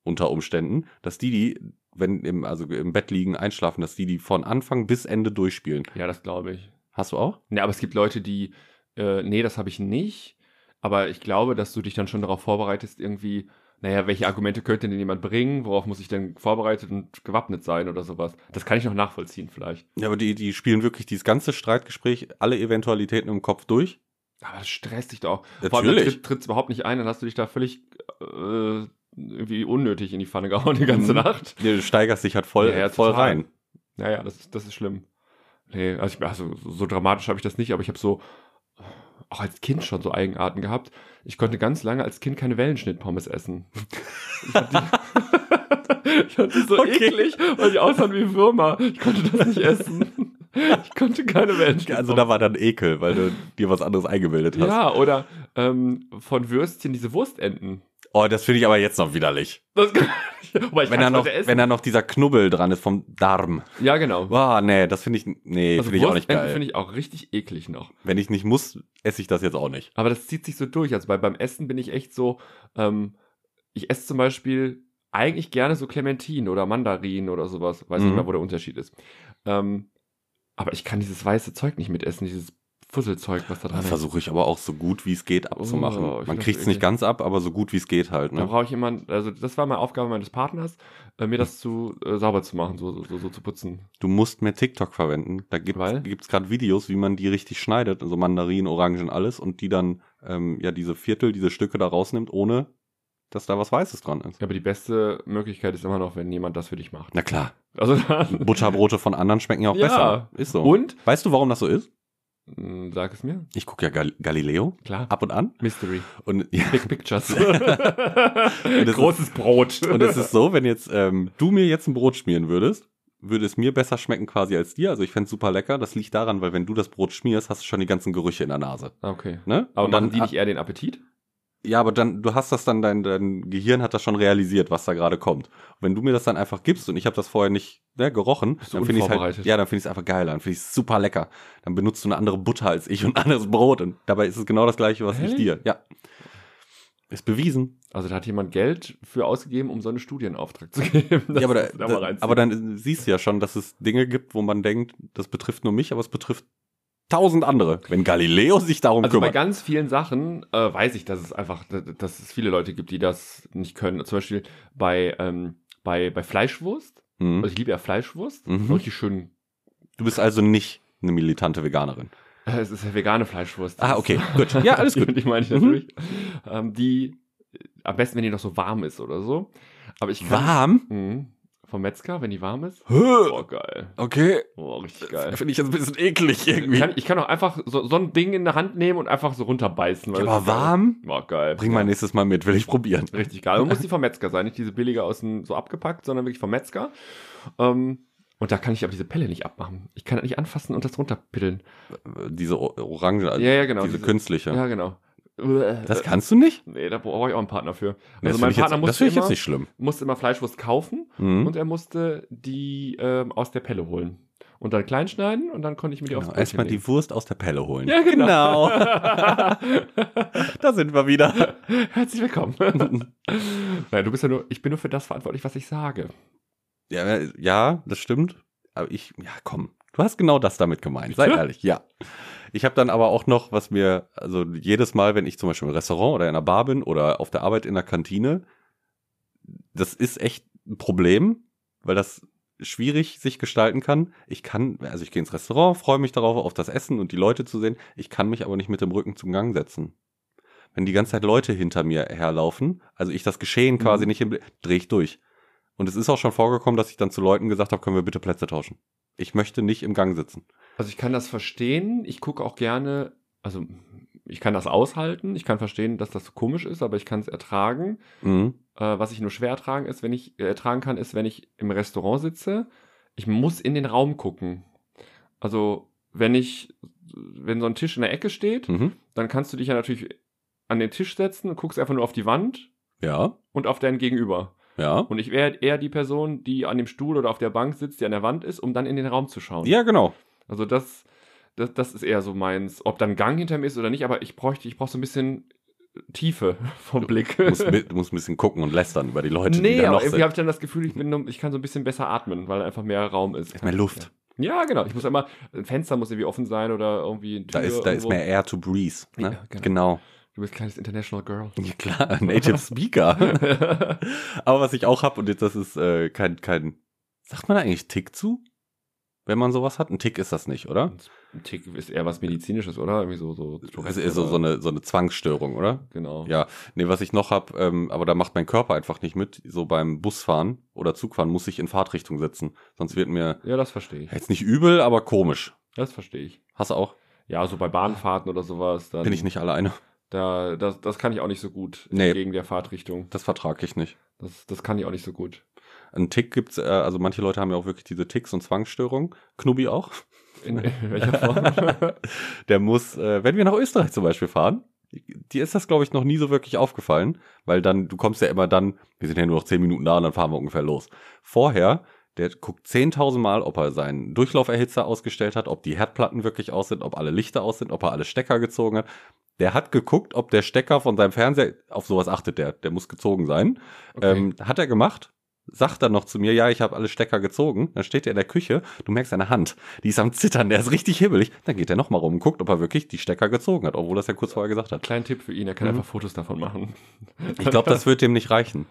unter Umständen, dass die, die, wenn im, also im Bett liegen, einschlafen, dass die die von Anfang bis Ende durchspielen.
Ja, das glaube ich.
Hast du auch?
Ne, aber es gibt Leute, die, äh, nee, das habe ich nicht. Aber ich glaube, dass du dich dann schon darauf vorbereitest, irgendwie, naja, welche Argumente könnte denn jemand bringen? Worauf muss ich denn vorbereitet und gewappnet sein oder sowas? Das kann ich noch nachvollziehen vielleicht.
Ja, aber die, die spielen wirklich dieses ganze Streitgespräch, alle Eventualitäten im Kopf durch.
Aber das stresst dich doch auch.
Natürlich.
tritt, trittst du überhaupt nicht ein, dann hast du dich da völlig äh, irgendwie unnötig in die Pfanne gehauen die ganze
Mhm.
Nacht.
Du steigerst dich halt voll,
Ja, ja,
voll
total.
rein.
Naja, das ist, das ist schlimm. Nee, also, ich, also so dramatisch habe ich das nicht, aber ich habe so auch als Kind schon so Eigenarten gehabt. Ich konnte ganz lange als Kind keine Wellenschnittpommes essen. Ich fand die, ich fand die so
Okay.
eklig, weil die aussahen wie Würmer. Ich konnte das nicht essen. Ich konnte keine Wellenschnittpommes
Also da war dann Ekel, weil du dir was anderes eingebildet hast.
Ja, oder ähm, von Würstchen diese Wurstenten.
Oh, das finde ich aber jetzt noch widerlich.
Das kann ich, aber ich
Wenn da,
kann's
noch,
heute essen.
wenn da noch dieser Knubbel dran ist vom Darm.
ja, genau. Also
Boah, nee, das finde ich, nee, finde ich auch nicht
Wurstenten
geil.
finde ich auch richtig eklig noch.
wenn ich nicht muss, esse ich das jetzt auch nicht.
Aber das zieht sich so durch. Also bei, beim Essen bin ich echt so, ähm, ich esse zum Beispiel eigentlich gerne so Clementine oder Mandarinen oder sowas. Weiß
Mhm.
nicht mehr, wo der Unterschied ist. Ähm, aber ich kann dieses weiße Zeug nicht mitessen, dieses Fusselzeug, was da dran
Das
ist.
versuche ich aber auch so gut wie es geht abzumachen.
Oh, ich
Man
find
kriegt
das
es nicht
eklig.
ganz ab, aber so gut wie es geht halt.
Da
Ne?
brauche ich jemanden, also das war meine Aufgabe meines Partners, äh, mir das zu äh, sauber zu machen, so, so, so, so zu putzen.
Du musst mehr TikTok verwenden. Da gibt
Weil?
es gerade Videos, wie man die richtig schneidet. Also Mandarinen, Orangen, alles. Und die dann ähm, ja diese Viertel, diese Stücke da rausnimmt, ohne dass da was Weißes dran ist.
Aber die beste Möglichkeit ist immer noch, wenn jemand das für dich macht.
Na klar,
Also da,
Butterbrote von anderen schmecken ja auch
Ja.
besser. Ist so.
Und,
Weißt du, warum das so ist?
mh, sag es mir,
Ich gucke ja Gal Galileo
klar,
ab und an.
Mystery.
Und, ja,
Big Pictures.
ist-
Großes Brot.
und es ist so, wenn jetzt ähm, du mir jetzt ein Brot schmieren würdest, würde es mir besser schmecken quasi als dir. Also ich fänd's super lecker. Das liegt daran, weil wenn du das Brot schmierst, hast du schon die ganzen Gerüche in der Nase.
ah, okay.
Ne?
Aber
und
machen die nicht eher den Appetit?
Ja, aber dann, du hast das dann, dein, dein Gehirn hat das schon realisiert, was da gerade kommt. Und wenn du mir das dann einfach gibst und ich habe das vorher nicht ne, gerochen,
Bist du
dann finde ich halt,
unvorbereitet.
ja, dann finde ich es einfach geiler, dann finde ich es super lecker. Dann benutzt du eine andere Butter als ich und ein anderes Brot und dabei ist es genau das gleiche, was ich
Ehrlich?
dir. Ja, ist bewiesen.
Also da hat jemand Geld für ausgegeben, um so einen Studienauftrag zu geben. Das
ja, aber, da,
musst du mal
da,
reinziehen.
aber dann siehst du ja schon, dass es Dinge gibt, wo man denkt, das betrifft nur mich, aber es betrifft tausend andere. Wenn Galileo sich darum
also bei
kümmert.
ganz vielen Sachen äh, weiß ich, dass es einfach, dass es viele Leute gibt, die das nicht können. Zum Beispiel bei, ähm, bei, bei Fleischwurst.
Mhm.
Also ich liebe ja Fleischwurst.
Mhm.
So Richtig schön.
Du bist also nicht eine militante Veganerin.
Äh, es ist ja vegane Fleischwurst.
Ah, okay, gut. Ja, alles
Die-
gut.
Die meine ich
Mhm.
natürlich. Ähm, die, am besten, wenn die noch so warm ist oder so. Aber ich kann.
Warm?
Mhm. Vom Metzger, wenn die warm ist.
Hö,
Oh, geil.
Okay.
Oh, richtig geil.
Finde ich jetzt ein bisschen eklig irgendwie.
Ich äh, kann, ich kann auch einfach so, so ein Ding in der Hand nehmen und einfach so runterbeißen.
Ja,
weil das
aber
ist geil.
warm?
War geil.
Bring mal nächstes Mal mit, will ich probieren.
Richtig geil. Und muss die vom Metzger sein, nicht diese billige aus dem, so abgepackt, sondern wirklich vom Metzger. Ähm, und da kann ich aber diese Pelle nicht abmachen. Ich kann das nicht anfassen und das runterpiddeln.
Diese O- Orange, also
ja, ja, genau.
diese,
diese-
künstliche.
ja, genau.
Das kannst du nicht?
Nee, da brauche ich auch einen Partner für.
Nee,
Also
das finde
mein
ich,
Partner
jetzt- das
musste
find ich jetzt
immer,
nicht schlimm.
musste immer Fleischwurst kaufen
Mhm.
und er musste die ähm, aus der Pelle holen. Und dann klein schneiden und dann konnte ich mir die
Genau,
aufs Brötchen
Erstmal
legen.
die Wurst aus der Pelle holen.
Ja, genau.
da sind wir wieder.
Herzlich willkommen. Nein, du bist ja nur, ich bin nur für das verantwortlich, was ich sage.
ja, ja, das stimmt. Aber ich, ja, komm. Du hast genau das damit gemeint. Sei
Bitte?
ehrlich, ja. Ich habe dann aber auch noch, was mir, also jedes Mal, wenn ich zum Beispiel im Restaurant oder in einer Bar bin oder auf der Arbeit in der Kantine, das ist echt ein Problem, weil das schwierig sich gestalten kann. Ich kann, also ich gehe ins Restaurant, freue mich darauf, auf das Essen und die Leute zu sehen. Ich kann mich aber nicht mit dem Rücken zum Gang setzen. Wenn die ganze Zeit Leute hinter mir herlaufen, also ich das Geschehen quasi
Mhm.
nicht im Blick, drehe ich durch. Und es ist auch schon vorgekommen, dass ich dann zu Leuten gesagt habe, können wir bitte Plätze tauschen. Ich möchte nicht im Gang sitzen.
Also ich kann das verstehen, ich gucke auch gerne, also ich kann das aushalten, ich kann verstehen, dass das so komisch ist, aber ich kann es ertragen.
Mhm.
Äh, was ich nur schwer ertragen ist, wenn ich äh, ertragen kann, ist, wenn ich im Restaurant sitze, ich muss in den Raum gucken. Also wenn ich, wenn so ein Tisch in der Ecke steht,
Mhm.
dann kannst du dich ja natürlich an den Tisch setzen und guckst einfach nur auf die Wand
Ja,
und auf dein Gegenüber.
ja.
Und ich wäre eher die Person, die an dem Stuhl oder auf der Bank sitzt, die an der Wand ist, um dann in den Raum zu schauen.
Ja, genau.
Also das, das, das ist eher so meins. Ob dann Gang hinter mir ist oder nicht, aber ich bräuchte, ich brauche so ein bisschen Tiefe vom Blick.
Du musst, mi- du musst ein bisschen gucken und lästern über die Leute, die
nee,
da
aber
noch
irgendwie
sind.
habe ich dann das Gefühl, ich, bin, nur- ich kann so ein bisschen besser atmen, weil einfach mehr Raum ist.
Ist mehr Luft.
Ja, genau. Ich muss immer, ein Fenster muss irgendwie offen sein oder irgendwie ein
Da ist, da ist mehr Air to Breathe. Ne?
Ja, genau.
genau.
Du bist kleines International Girl.
Ja, klar, Native Speaker. Aber was ich auch habe, und jetzt das ist äh, kein, kein, sagt man da eigentlich Tick zu? Wenn man sowas hat? Ein Tick ist das nicht, oder?
ein Tick ist eher was Medizinisches, oder? Irgendwie so, so,
Das Also, ist so, so, eine, so eine Zwangsstörung, oder?
Genau.
Ja, nee, was ich noch hab, ähm, aber da macht mein Körper einfach nicht mit. So beim Busfahren oder Zugfahren muss ich in Fahrtrichtung sitzen. Sonst wird mir
ja, das verstehe ich.
jetzt nicht übel, aber komisch.
Das verstehe ich.
Hast du auch?
Ja, so bei Bahnfahrten oder sowas. Dann
Bin ich nicht alleine.
Da, das, das kann ich auch nicht so gut
Nee.
gegen der Fahrtrichtung.
Das vertrage ich nicht.
Das, das kann ich auch nicht so gut.
Ein Tick gibt's, äh, also manche Leute haben ja auch wirklich diese Ticks und Zwangsstörungen. Knubi auch.
In, in welcher Form?
Der muss, äh, wenn wir nach Österreich zum Beispiel fahren, dir ist das, glaube ich, noch nie so wirklich aufgefallen, weil dann, du kommst ja immer dann, wir sind ja nur noch 10 Minuten da und dann fahren wir ungefähr los. Vorher, der guckt 10.000 Mal, ob er seinen Durchlauferhitzer ausgestellt hat, ob die Herdplatten wirklich aus sind, ob alle Lichter aus sind, ob er alle Stecker gezogen hat. Der hat geguckt, ob der Stecker von seinem Fernseher, auf sowas achtet der, der muss gezogen sein.
Okay.
Ähm, hat er gemacht? Sagt dann noch zu mir, ja, ich habe alle Stecker gezogen. Dann steht er in der Küche, du merkst seine Hand, die ist am Zittern, der ist richtig hibbelig. Dann geht er nochmal rum und guckt, ob er wirklich die Stecker gezogen hat, obwohl das ja kurz vorher gesagt hat.
Kleinen Tipp für ihn, er kann
Mhm.
einfach Fotos davon machen.
Ich glaube, das wird dem nicht reichen.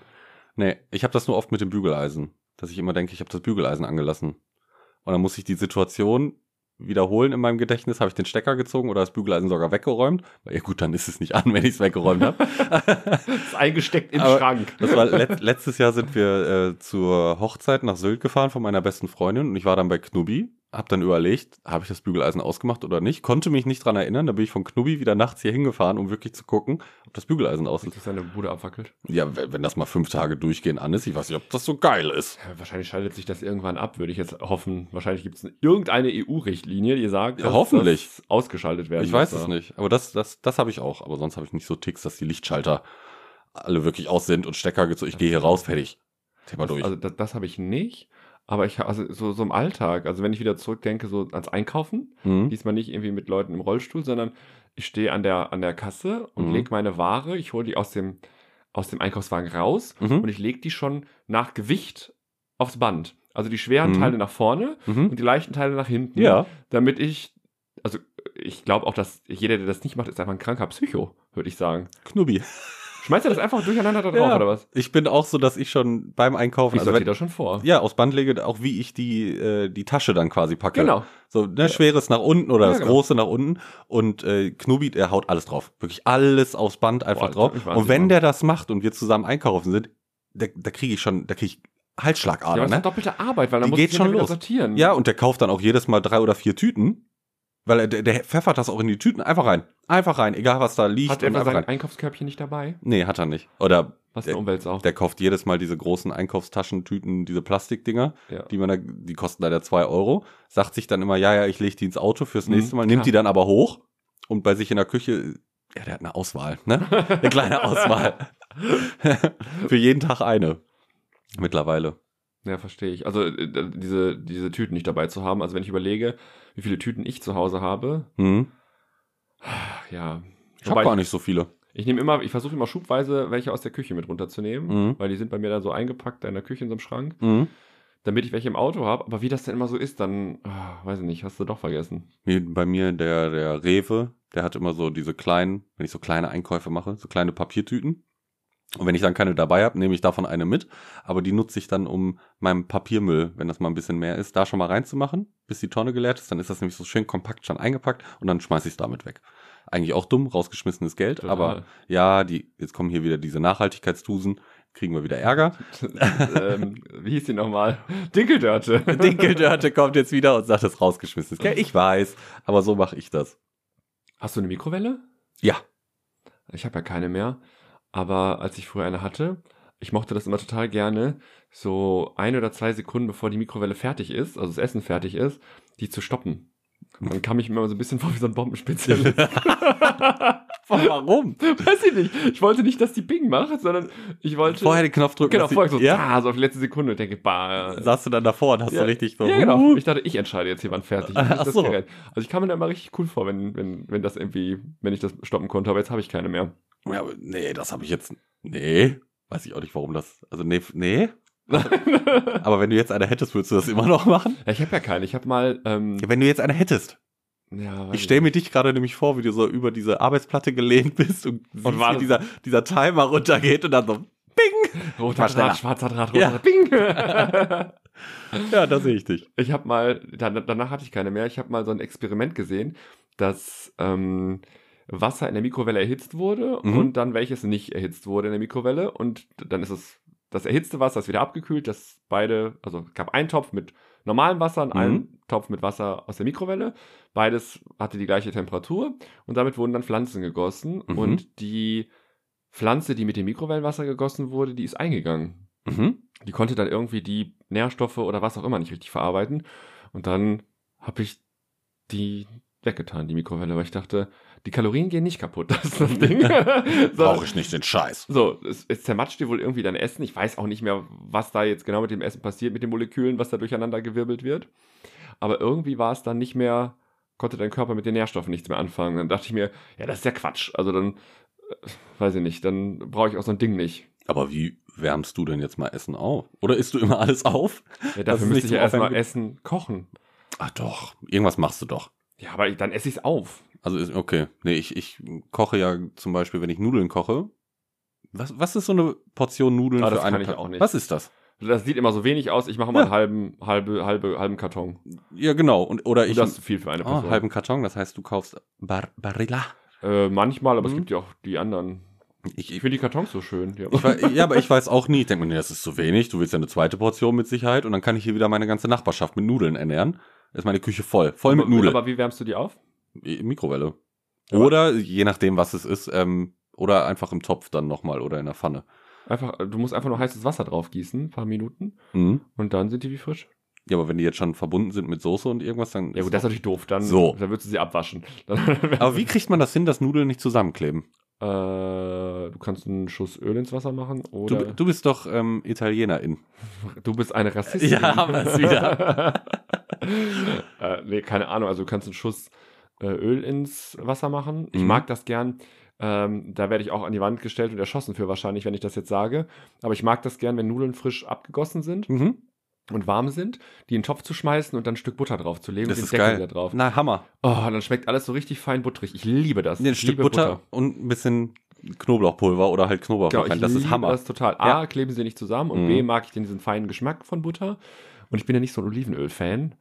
Nee, ich habe das nur oft mit dem Bügeleisen, dass ich immer denke, ich habe das Bügeleisen angelassen. Und dann muss ich die Situation wiederholen in meinem Gedächtnis, habe ich den Stecker gezogen oder das Bügeleisen sogar weggeräumt? Ja gut, dann ist es nicht an, wenn ich es weggeräumt habe.
ist eingesteckt im
Aber
Schrank.
Das war let letztes Jahr sind wir äh, zur Hochzeit nach Sylt gefahren von meiner besten Freundin und ich war dann bei Knubi habe dann überlegt, habe ich das Bügeleisen ausgemacht oder nicht. Konnte mich nicht dran erinnern. Da bin ich von Knubi wieder nachts hier hingefahren, um wirklich zu gucken, ob das Bügeleisen aus ist.
Dass deine Bude abwackelt.
Ja, wenn wenn das mal fünf Tage durchgehen an ist, ich weiß nicht, ob das so geil ist.
Ja, wahrscheinlich schaltet sich das irgendwann ab, würde ich jetzt hoffen. Wahrscheinlich gibt es irgendeine EU-Richtlinie, die sagt,
Ja, hoffentlich.
das ausgeschaltet werden
Ich weiß
muss,
es
ja.
nicht. Aber das, das, das habe ich auch. Aber sonst habe ich nicht so Ticks, dass die Lichtschalter alle wirklich aus sind und Stecker gezogen. Ich gehe hier raus, fertig. Thema durch.
Also das, das habe ich nicht. Aber ich ha- also so, so im Alltag, also wenn ich wieder zurückdenke, so ans Einkaufen,
Hm?
diesmal nicht irgendwie mit Leuten im Rollstuhl, sondern ich stehe an der, an der Kasse und
Mhm.
lege meine Ware, ich hole die aus dem, aus dem Einkaufswagen raus und
Mhm.
ich lege die schon nach Gewicht aufs Band. Also die schweren
Mhm.
Teile nach vorne
Mhm.
und die leichten Teile nach hinten.
Ja.
Damit ich, also ich glaube auch, dass jeder, der das nicht macht, ist einfach ein kranker Psycho, würde ich sagen.
Knubi.
Schmeißt er das einfach durcheinander da drauf
Ja.
oder was?
Ich bin auch so, dass ich schon beim Einkaufen,
Ich
also
sortiere
wenn,
das schon vor.
ja, aufs Band lege, auch wie ich die, äh, die Tasche dann quasi packe.
Genau.
So, ne, schweres nach unten oder
Ja,
das
genau.
große nach unten. Und äh, Knubi, der haut alles drauf. Wirklich alles aufs Band einfach
Boah, das
drauf.
ist wirklich
Und wenn
Wahnsinn.
der das macht und wir zusammen einkaufen sind, da, da kriege ich schon, da kriege ich
Ja,
Halsschlagader,
aber das
ne?
ist doch doppelte Arbeit, weil dann
Die
muss ich
geht schon
wieder
los.
sortieren.
Ja, und der kauft dann auch jedes Mal drei oder vier Tüten. Weil er, der, der pfeffert das auch in die Tüten. Einfach rein. Einfach rein. Egal, was da liegt.
Hat
und
er
einfach
sein
rein.
Einkaufskörbchen nicht dabei?
Nee, hat er nicht. Oder
Was
Der-
eine Umweltsau.
der kauft jedes Mal diese großen Einkaufstaschentüten, diese Plastikdinger.
Ja.
Die, man da, die kosten leider zwei Euro. Sagt sich dann immer, ja, ja, ich lege die ins Auto fürs
Mhm,
nächste Mal. Nimmt
klar.
die dann aber hoch. Und bei sich in der Küche, ja, der hat eine Auswahl. Ne? Eine kleine Auswahl. Für jeden Tag eine. Mittlerweile.
Ja, verstehe ich. Also äh, diese, diese Tüten nicht dabei zu haben. Also wenn ich überlege, wie viele Tüten ich zu Hause habe,
Hm?
ach, ja.
Ich habe
Wobei-
gar nicht so viele.
Ich nehme immer, ich versuche immer schubweise welche aus der Küche mit runterzunehmen,
Mhm.
weil die sind bei mir dann so eingepackt in der Küche in so einem Schrank,
Hm?
damit ich welche im Auto habe. Aber wie das denn immer so ist, dann ah, weiß ich nicht, hast du doch vergessen.
Nee, Bei mir der, der Rewe, der hat immer so diese kleinen, wenn ich so kleine Einkäufe mache, so kleine Papiertüten. Und wenn ich dann keine dabei habe, nehme ich davon eine mit. Aber die nutze ich dann, um meinem Papiermüll, wenn das mal ein bisschen mehr ist, da schon mal reinzumachen, bis die Tonne geleert ist. Dann ist das nämlich so schön kompakt schon eingepackt und dann schmeiße ich es damit weg. Eigentlich auch dumm, rausgeschmissenes Geld. Aber ja, die, jetzt kommen hier wieder diese Nachhaltigkeitstusen, kriegen wir wieder Ärger.
Aber ähm, wie hieß die nochmal? Dinkeldörte.
Dinkeldörte kommt jetzt wieder und sagt, das ist rausgeschmissenes Geld. Ich weiß, aber so mache ich das.
Hast du eine Mikrowelle?
Ja.
Ich habe ja keine mehr. Aber als ich früher eine hatte, ich mochte das immer total gerne, so ein oder zwei Sekunden bevor die Mikrowelle fertig ist, also das Essen fertig ist, die zu stoppen. Dann kam ich mir immer so ein bisschen vor wie so ein Bombenspezialist.
Warum?
Weiß ich nicht. Ich wollte nicht, dass die Bing macht, sondern ich wollte.
Vorher den Knopf drücken.
genau,
dass die-
vorher so,
ja.
ah, so auf die letzte Sekunde und denke, bah.
Saß du dann davor und hast
Ja.
du richtig so.
ja, genau.
uh,
Ich dachte, ich entscheide jetzt, jemand fertig. ist.
Ach
Nicht das
so.
Gerät. Also ich kam mir da immer richtig cool vor, wenn, wenn, wenn das irgendwie, wenn ich das stoppen konnte, aber jetzt habe ich keine mehr.
Ja, aber nee, das habe ich jetzt. Nee. Weiß ich auch nicht, warum das. Also, nee, nee. Aber wenn du jetzt eine hättest, würdest du das immer noch machen?
Ja, ich habe ja keine. Ich habe mal. Ähm,
Ja, wenn du jetzt eine hättest.
ja, weiß
Ich stelle mir dich gerade nämlich vor, wie du so über diese Arbeitsplatte gelehnt bist und, siehst,
war-
wie dieser, dieser Timer runtergeht und dann so.
nicht. roter
Mach schneller.
Draht, schwarzer Draht, roter
Ja.
Draht. Bing!
Ja, da sehe ich dich.
ich habe mal, dann, danach hatte ich keine mehr. Ich habe mal so ein Experiment gesehen, dass ähm, Wasser in der Mikrowelle erhitzt wurde
Mhm.
und dann welches nicht erhitzt wurde in der Mikrowelle und dann ist es das erhitzte Wasser ist wieder abgekühlt, das beide, also es gab einen Topf mit normalem Wasser und
Mhm.
einen Topf mit Wasser aus der Mikrowelle. Beides hatte die gleiche Temperatur und damit wurden dann Pflanzen gegossen
Mhm.
und die Pflanze, die mit dem Mikrowellenwasser gegossen wurde, die ist eingegangen
Mhm.
die konnte dann irgendwie die Nährstoffe oder was auch immer nicht richtig verarbeiten. Und dann habe ich die weggetan, die Mikrowelle, weil ich dachte, die Kalorien gehen nicht kaputt, das ist das Ding. so,
Brauche ich nicht den Scheiß.
so es, es zermatscht dir wohl irgendwie dein Essen. Ich weiß auch nicht mehr, was da jetzt genau mit dem Essen passiert, mit den Molekülen, was da durcheinander gewirbelt wird. Aber irgendwie war es dann nicht mehr, konnte dein Körper mit den Nährstoffen nichts mehr anfangen. Dann dachte ich mir, ja, das ist ja Quatsch. Also dann, äh, weiß ich nicht, dann brauche ich auch so ein Ding nicht.
Aber wie wärmst du denn jetzt mal Essen auf? Oder isst du immer alles auf?
Ja,
Das
dafür
ist nicht
müsste ich
zum
ja erstmal
Aufwärmen-
Essen kochen.
Ach doch, irgendwas machst du doch.
Ja, aber ich- dann esse ich es auf.
Also ist, okay. Nee, ich, ich koche ja zum Beispiel, wenn ich Nudeln koche. Was, was ist so eine Portion Nudeln
Ah,
für
das
eine
kann ich
Person?
auch nicht.
Was ist das?
Das sieht immer so wenig aus. Ich mache mal
Ja.
einen halben, halbe, halbe, halben Karton.
Ja, genau. Und, oder
Und
ich
das ist zu viel für eine
oh,
Person.
halben Karton, das heißt, du kaufst Bar Barilla.
äh, manchmal, aber es
Mhm.
gibt ja auch die anderen.
Ich,
Ich
ich,
finde die Kartons so schön. Ja.
ich, wei- ja, aber ich weiß auch nie. Ich denke mir, nee, das ist zu wenig. Du willst ja eine zweite Portion mit Sicherheit und dann kann ich hier wieder meine ganze Nachbarschaft mit Nudeln ernähren. ist meine Küche voll. Voll mit
Aber-
Nudeln.
Aber wie wärmst du die auf?
Mikrowelle.
Aber-
Oder je nachdem, was es ist, ähm, oder einfach im Topf dann nochmal oder in der Pfanne.
Einfach, du musst einfach nur heißes Wasser drauf gießen, ein paar Minuten,
Mhm.
und dann sind die wie frisch.
Ja, aber wenn die jetzt schon verbunden sind mit Soße und irgendwas, dann.
Ja
ist
gut, das ist natürlich doof. Dann,
So.
dann würdest du sie abwaschen.
aber wie kriegt man das hin, dass Nudeln nicht zusammenkleben?
Äh, du kannst einen Schuss Öl ins Wasser machen
Du,
oder du,
du bist doch ähm, Italienerin.
bist eine Rassistin.
Ja, haben wir's wieder.
äh, nee, keine Ahnung. Also du kannst einen Schuss äh, Öl ins Wasser machen. Ich
Mhm.
mag das gern. Ähm, da werde ich auch an die Wand gestellt und erschossen für wahrscheinlich, wenn ich das jetzt sage. Aber ich mag das gern, wenn Nudeln frisch abgegossen sind
Mhm.
und warm sind, die in den Topf zu schmeißen und dann ein Stück Butter drauf zu legen
Das
und
ist
den Deckel
geil.
wieder drauf.
Na, Hammer.
Oh, dann schmeckt alles so richtig fein butterig. Ich liebe das.
Ein
ich
Stück
liebe
Butter, und ein bisschen Knoblauchpulver oder halt Knoblauch
Genau,
noch rein.
ich
Das ist
liebe
Hammer.
Das total. A, kleben sie nicht zusammen und
Mhm.
B, mag ich den diesen feinen Geschmack von Butter. Und ich bin ja nicht so ein Olivenöl-Fan.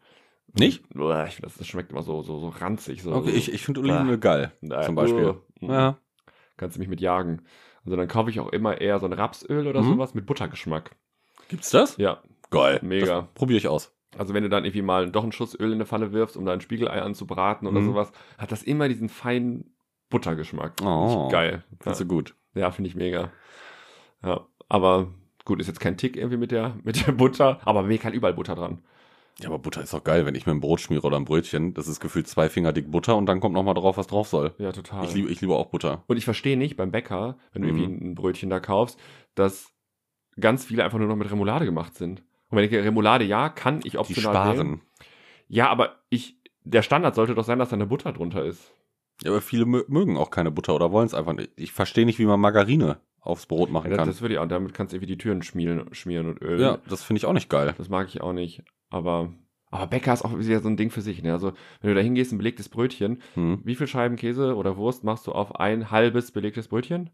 Nicht?
Boah, ich finde, das, das schmeckt immer so, so, so ranzig. So,
Okay,
so,
ich, ich finde Olivenöl geil.
Äh,
zum Beispiel.
uh, mm,
Ja.
Kannst du mich mit jagen. Also dann kaufe ich auch immer eher so ein Rapsöl oder
Mhm.
sowas mit Buttergeschmack.
Gibt's das?
Ja,
Geil.
Mega.
Das Probiere ich aus.
also wenn du dann irgendwie mal doch einen Schuss Öl in eine Pfanne wirfst, um da ein Spiegelei anzubraten oder
Mhm.
sowas, hat das immer diesen feinen Buttergeschmack.
Oh.
Geil.
Findest du gut.
Ja, finde ich mega. Ja, aber gut, ist jetzt kein Tick irgendwie mit der, mit der Butter, aber mir kann überall Butter dran.
Ja, aber Butter ist doch geil, wenn ich mir ein Brot schmiere oder ein Brötchen. Das ist gefühlt zwei Finger dick Butter und dann kommt nochmal drauf, was drauf soll.
Ja, total.
Ich liebe, ich liebe auch Butter.
Und ich verstehe nicht beim Bäcker, wenn du
Mhm.
irgendwie ein Brötchen da kaufst, dass ganz viele einfach nur noch mit Remoulade gemacht sind. Und wenn ich Remoulade ja, kann ich
Die
optional Wählen.
sparen.
Ja, aber ich der Standard sollte doch sein, dass da eine Butter drunter ist.
Ja, aber viele mö- mögen auch keine Butter oder wollen es einfach nicht. Ich verstehe nicht, wie man Margarine aufs Brot machen
Ja, das,
kann.
das würde ich auch. Damit kannst du irgendwie die Türen schmieren, schmieren und Öl.
ja, das finde ich auch nicht geil.
Das mag ich auch nicht. Aber, aber Bäcker ist auch wieder so ein Ding für sich. Ne? Also, wenn du da hingehst, ein belegtes Brötchen,
Hm.
Wie viel Scheiben Käse oder Wurst machst du auf ein halbes belegtes Brötchen?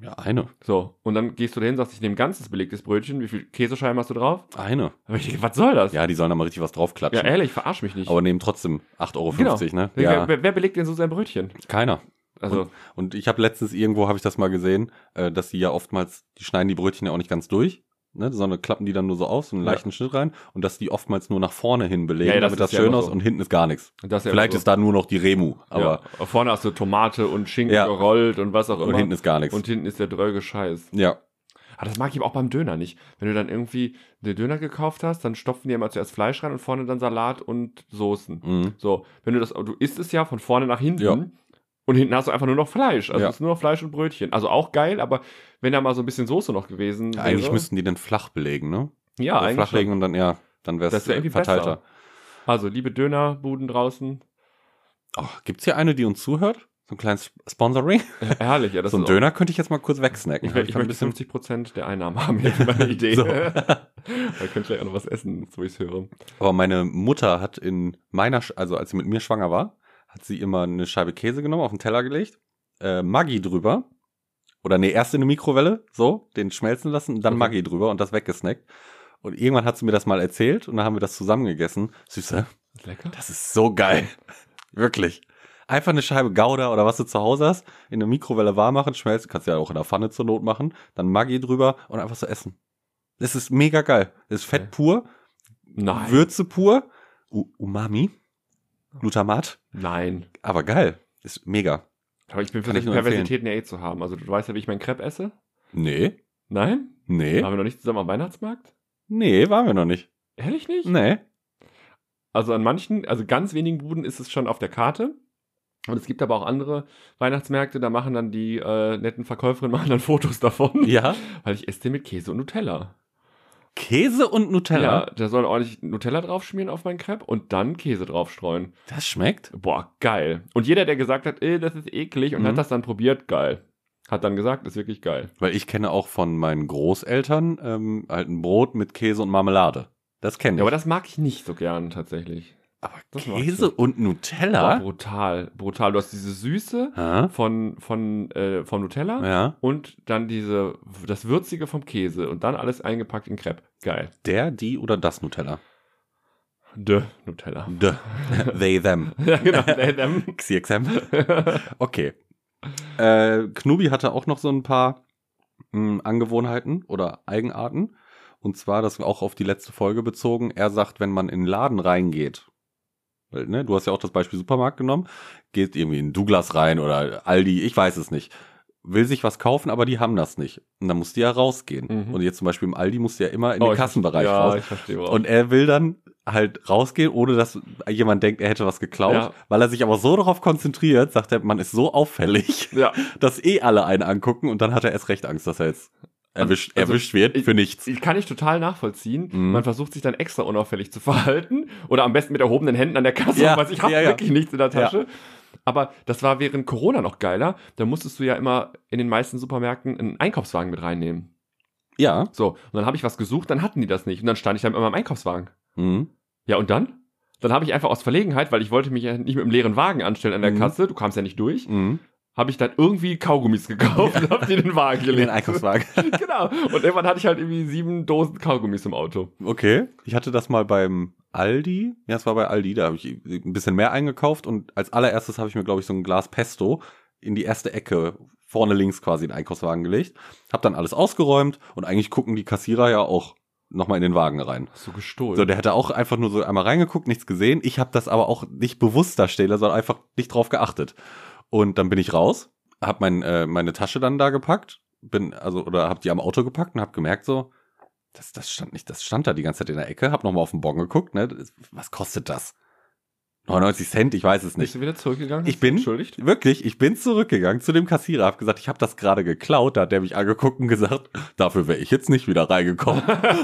Ja, eine.
So, und dann gehst du dahin, sagst, ich nehme ein ganzes belegtes Brötchen. Wie viel Käsescheiben hast du drauf?
Eine.
Aber ich denke, was soll das?
Ja, die sollen da mal richtig was
Ja,
draufklatschen.
ehrlich, Genau. verarsch mich nicht.
aber nehmen trotzdem 8,50 Euro, ne? Ja,
Wer, wer belegt denn so sein Brötchen?
keiner.
Also,
Und ich habe letztens irgendwo, habe ich das mal gesehen, äh, dass sie ja oftmals, die schneiden die Brötchen ja auch nicht ganz durch, ne, sondern klappen die dann nur so auf, so einen
Ja.
leichten Schnitt rein und dass die oftmals nur nach vorne hin belegen,
Ja, ja, das
damit
ist
das
ja
schön
immer
aus
so.
und hinten ist gar nichts.
das ja
Vielleicht
so.
ist da nur noch die Remu, aber
Ja, vorne hast du Tomate und Schinken
Ja.
gerollt und was auch immer.
und hinten ist gar nichts.
Und hinten ist der dröge Scheiß.
Ja,
Ah, das mag ich aber auch beim Döner nicht. Wenn du dann irgendwie den Döner gekauft hast, dann stopfen die immer zuerst Fleisch rein und vorne dann Salat und Soßen.
mhm.
So, wenn du das, du isst es ja von vorne nach hinten.
Ja.
Und hinten hast du einfach nur noch Fleisch. Also
Ja.
es ist nur noch Fleisch und Brötchen. Also auch geil, aber wenn da mal so ein bisschen Soße noch gewesen wäre.
eigentlich müssten die den flach belegen, ne?
ja,
Oder
eigentlich
flach legen
schon.
und dann, ja, dann wäre es
Das wär irgendwie
verteilter.
Also liebe Dönerbuden draußen.
Oh, gibt's hier eine, die uns zuhört? So ein kleines Sponsoring?
Ja, Herrlich, ja, das
so ein
ist
Döner könnte ich jetzt mal kurz
Auch,
wegsnacken.
ich,
Hab
ich, ich
mal
möchte 50 Prozent der Einnahmen haben, jetzt meine Idee.
So.
Man könnte vielleicht auch noch was essen, so ich es höre.
Aber meine Mutter hat in meiner, Sch- also als sie mit mir schwanger war, hat sie immer eine Scheibe Käse genommen, auf den Teller gelegt, äh, Maggi drüber. Oder nee, erst in eine Mikrowelle, so, den schmelzen lassen und dann
Okay.
Maggi drüber und das weggesnackt. Und irgendwann hat sie mir das mal erzählt und dann haben wir das zusammen gegessen. Süße,
Ist lecker?
das ist so geil. Wirklich. Einfach eine Scheibe Gouda oder was du zu Hause hast, in eine Mikrowelle warm machen, schmelzen, kannst du ja auch in der Pfanne zur Not machen, dann Maggi drüber und einfach so essen. Das ist mega geil. Das ist
Okay.
Fett pur,
Nein.
Würze pur, U Umami, Glutamat,
Nein.
aber geil. Ist mega.
Aber ich bin für
Kann ich
solche
nur empfehlen.
Perversitäten ja eh zu haben. Also du weißt ja, wie ich meinen Crepe esse?
Nee,
Nein?
nee,
Waren wir noch nicht zusammen am Weihnachtsmarkt?
nee, waren wir noch nicht.
Ehrlich nicht?
Nee.
Also an manchen, also ganz wenigen Buden ist es schon auf der Karte. Und es gibt aber auch andere Weihnachtsmärkte, da machen dann die äh, netten Verkäuferinnen machen dann Fotos davon.
Ja.
Weil ich esse den mit Käse und Nutella.
Käse und Nutella,
Ja, da soll ordentlich Nutella draufschmieren auf meinen Crepe und dann Käse draufstreuen.
das schmeckt.
Boah, geil. Und jeder, der gesagt hat, äh, das ist eklig und
Mhm.
hat das dann probiert, geil. Hat dann gesagt, ist wirklich geil.
Weil ich kenne auch von meinen Großeltern ähm, halt ein Brot mit Käse und Marmelade. Das kenne ich.
Ja, aber das mag ich nicht so gern tatsächlich.
Aber
das mag
Käse
ich.
und
Boah,
Nutella?
brutal, brutal. Du hast diese Süße
Hä?
von, von, äh, von Nutella.
Ja.
und dann diese das würzige vom Käse und dann alles eingepackt in Crepe. Geil.
Der, die oder das Nutella?
De Nutella.
D. They, them.
ja, genau. They, them.
XXM. Okay. Äh, Knubi hatte auch noch so ein paar mh, Angewohnheiten oder Eigenarten. Und zwar, das auch auf die letzte Folge bezogen. Er sagt, wenn man in den Laden reingeht Weil, ne, du hast ja auch das Beispiel Supermarkt genommen. Geht irgendwie in Douglas rein oder Aldi, ich weiß es nicht. Will sich was kaufen, aber die haben das nicht. Und dann musst du ja rausgehen.
Mhm.
Und jetzt zum Beispiel im Aldi musst du ja immer in
Oh,
den
ich-
Kassenbereich
ja,
raus.
ich verstehe auch.
Und er will dann halt rausgehen, ohne dass jemand denkt, er hätte was geklaut.
Ja.
Weil er sich aber so darauf konzentriert, sagt er, man ist so auffällig,
ja,
dass eh alle einen angucken und dann hat er erst recht Angst, dass er jetzt erwischt,
Also,
erwischt wird
ich-
für nichts.
kann ich total nachvollziehen.
Mhm.
Man versucht sich dann extra unauffällig zu verhalten oder am besten mit erhobenen Händen an der Kasse,
Ja,
was ich habe
ja, ja.
wirklich nichts in der Tasche. Aber das war während Corona noch geiler. Da musstest du ja immer in den meisten Supermärkten einen Einkaufswagen mit reinnehmen.
Ja.
So, und dann habe ich was gesucht, dann hatten die das nicht. Und dann stand ich dann immer im Einkaufswagen.
Mhm.
Ja, und dann? Dann habe ich einfach aus Verlegenheit, weil ich wollte mich ja nicht mit einem leeren Wagen anstellen an der
Mhm.
Kasse, du kamst ja nicht durch,
Mhm.
habe ich dann irgendwie Kaugummis gekauft und habe dir den Wagen
In
gelegt.
den Einkaufswagen.
genau. Und irgendwann hatte ich halt irgendwie sieben Dosen Kaugummis im Auto.
Okay. Ich hatte das mal beim Aldi. Ja, es war bei Aldi, da habe ich ein bisschen mehr eingekauft und als allererstes habe ich mir, glaube ich, so ein Glas Pesto in die erste Ecke vorne links quasi in den Einkaufswagen gelegt. Hab dann alles ausgeräumt und eigentlich gucken die Kassierer ja auch nochmal in den Wagen rein.
So gestohlen.
So, der hätte auch einfach nur so einmal reingeguckt, nichts gesehen. Ich habe das aber auch nicht bewusst da stehen, lassen, sondern einfach nicht drauf geachtet. Und dann bin ich raus, habe mein, äh, meine Tasche dann da gepackt, bin also oder habe die am Auto gepackt und habe gemerkt so, das, das stand nicht, das stand da die ganze Zeit in der Ecke, habe nochmal auf den Bon geguckt, ne? das- Was kostet das? 99 Cent, ich weiß es
Bist
nicht.
du wieder zurückgegangen?
Ich bin-
Entschuldigt?
Wirklich, ich bin zurückgegangen zu dem Kassierer, habe gesagt, ich habe das gerade geklaut, da hat der mich angeguckt und gesagt, dafür wäre ich jetzt nicht wieder reingekommen.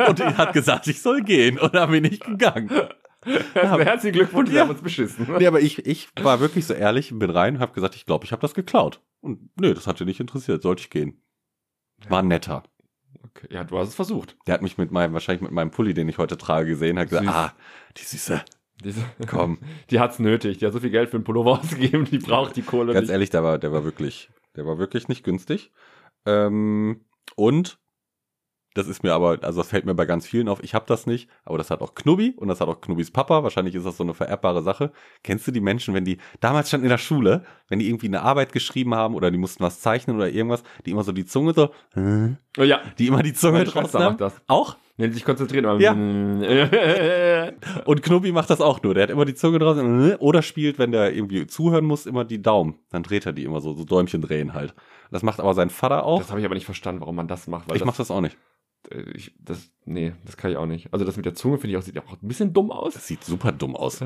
und er hat gesagt, ich soll gehen und dann bin ich gegangen.
Herzlichen Glückwunsch, wir
Ja.
haben uns beschissen.
Nee, aber ich, ich war wirklich so ehrlich, bin rein, habe gesagt, ich glaube, ich habe das geklaut. Und nö, das hat dir nicht interessiert, sollte ich gehen. War netter.
Okay. Ja, du hast es versucht.
Der hat mich mit meinem, wahrscheinlich mit meinem Pulli, den ich heute trage, gesehen, hat gesagt,
Süß.
ah, die Süße,
Diese,
komm.
die hat's nötig. Die hat so viel Geld für einen Pullover ausgegeben, die braucht die Kohle
Ganz
nicht.
ehrlich, der war, der war wirklich, der war wirklich nicht günstig. Ähm, und das ist mir aber, also das fällt mir bei ganz vielen auf, ich habe das nicht, aber das hat auch Knubbi und das hat auch Knubbis Papa, wahrscheinlich ist das so eine vererbbare Sache. Kennst du die Menschen, wenn die, damals schon in der Schule, wenn die irgendwie eine Arbeit geschrieben haben oder die mussten was zeichnen oder irgendwas, die immer so die Zunge so, äh,
Oh, ja,
die immer die Zunge ne?
meine
draus
Schwester
haben?
macht das.
Auch?
Nennt sich konzentrieren. aber-
Ja.
ja,
Und Knubbi macht das auch nur, der hat immer die Zunge draus äh, oder spielt, wenn der irgendwie zuhören muss, immer die Daumen. Dann dreht er die immer so, so Däumchen drehen halt. Das macht aber sein Vater auch.
Das habe ich aber nicht verstanden, warum man das macht. Weil
ich mache das auch nicht.
das, äh, ich, das, nee, das kann ich auch nicht. Also das mit der Zunge finde ich auch, sieht auch ein bisschen dumm aus. Äh,
Das sieht super dumm aus.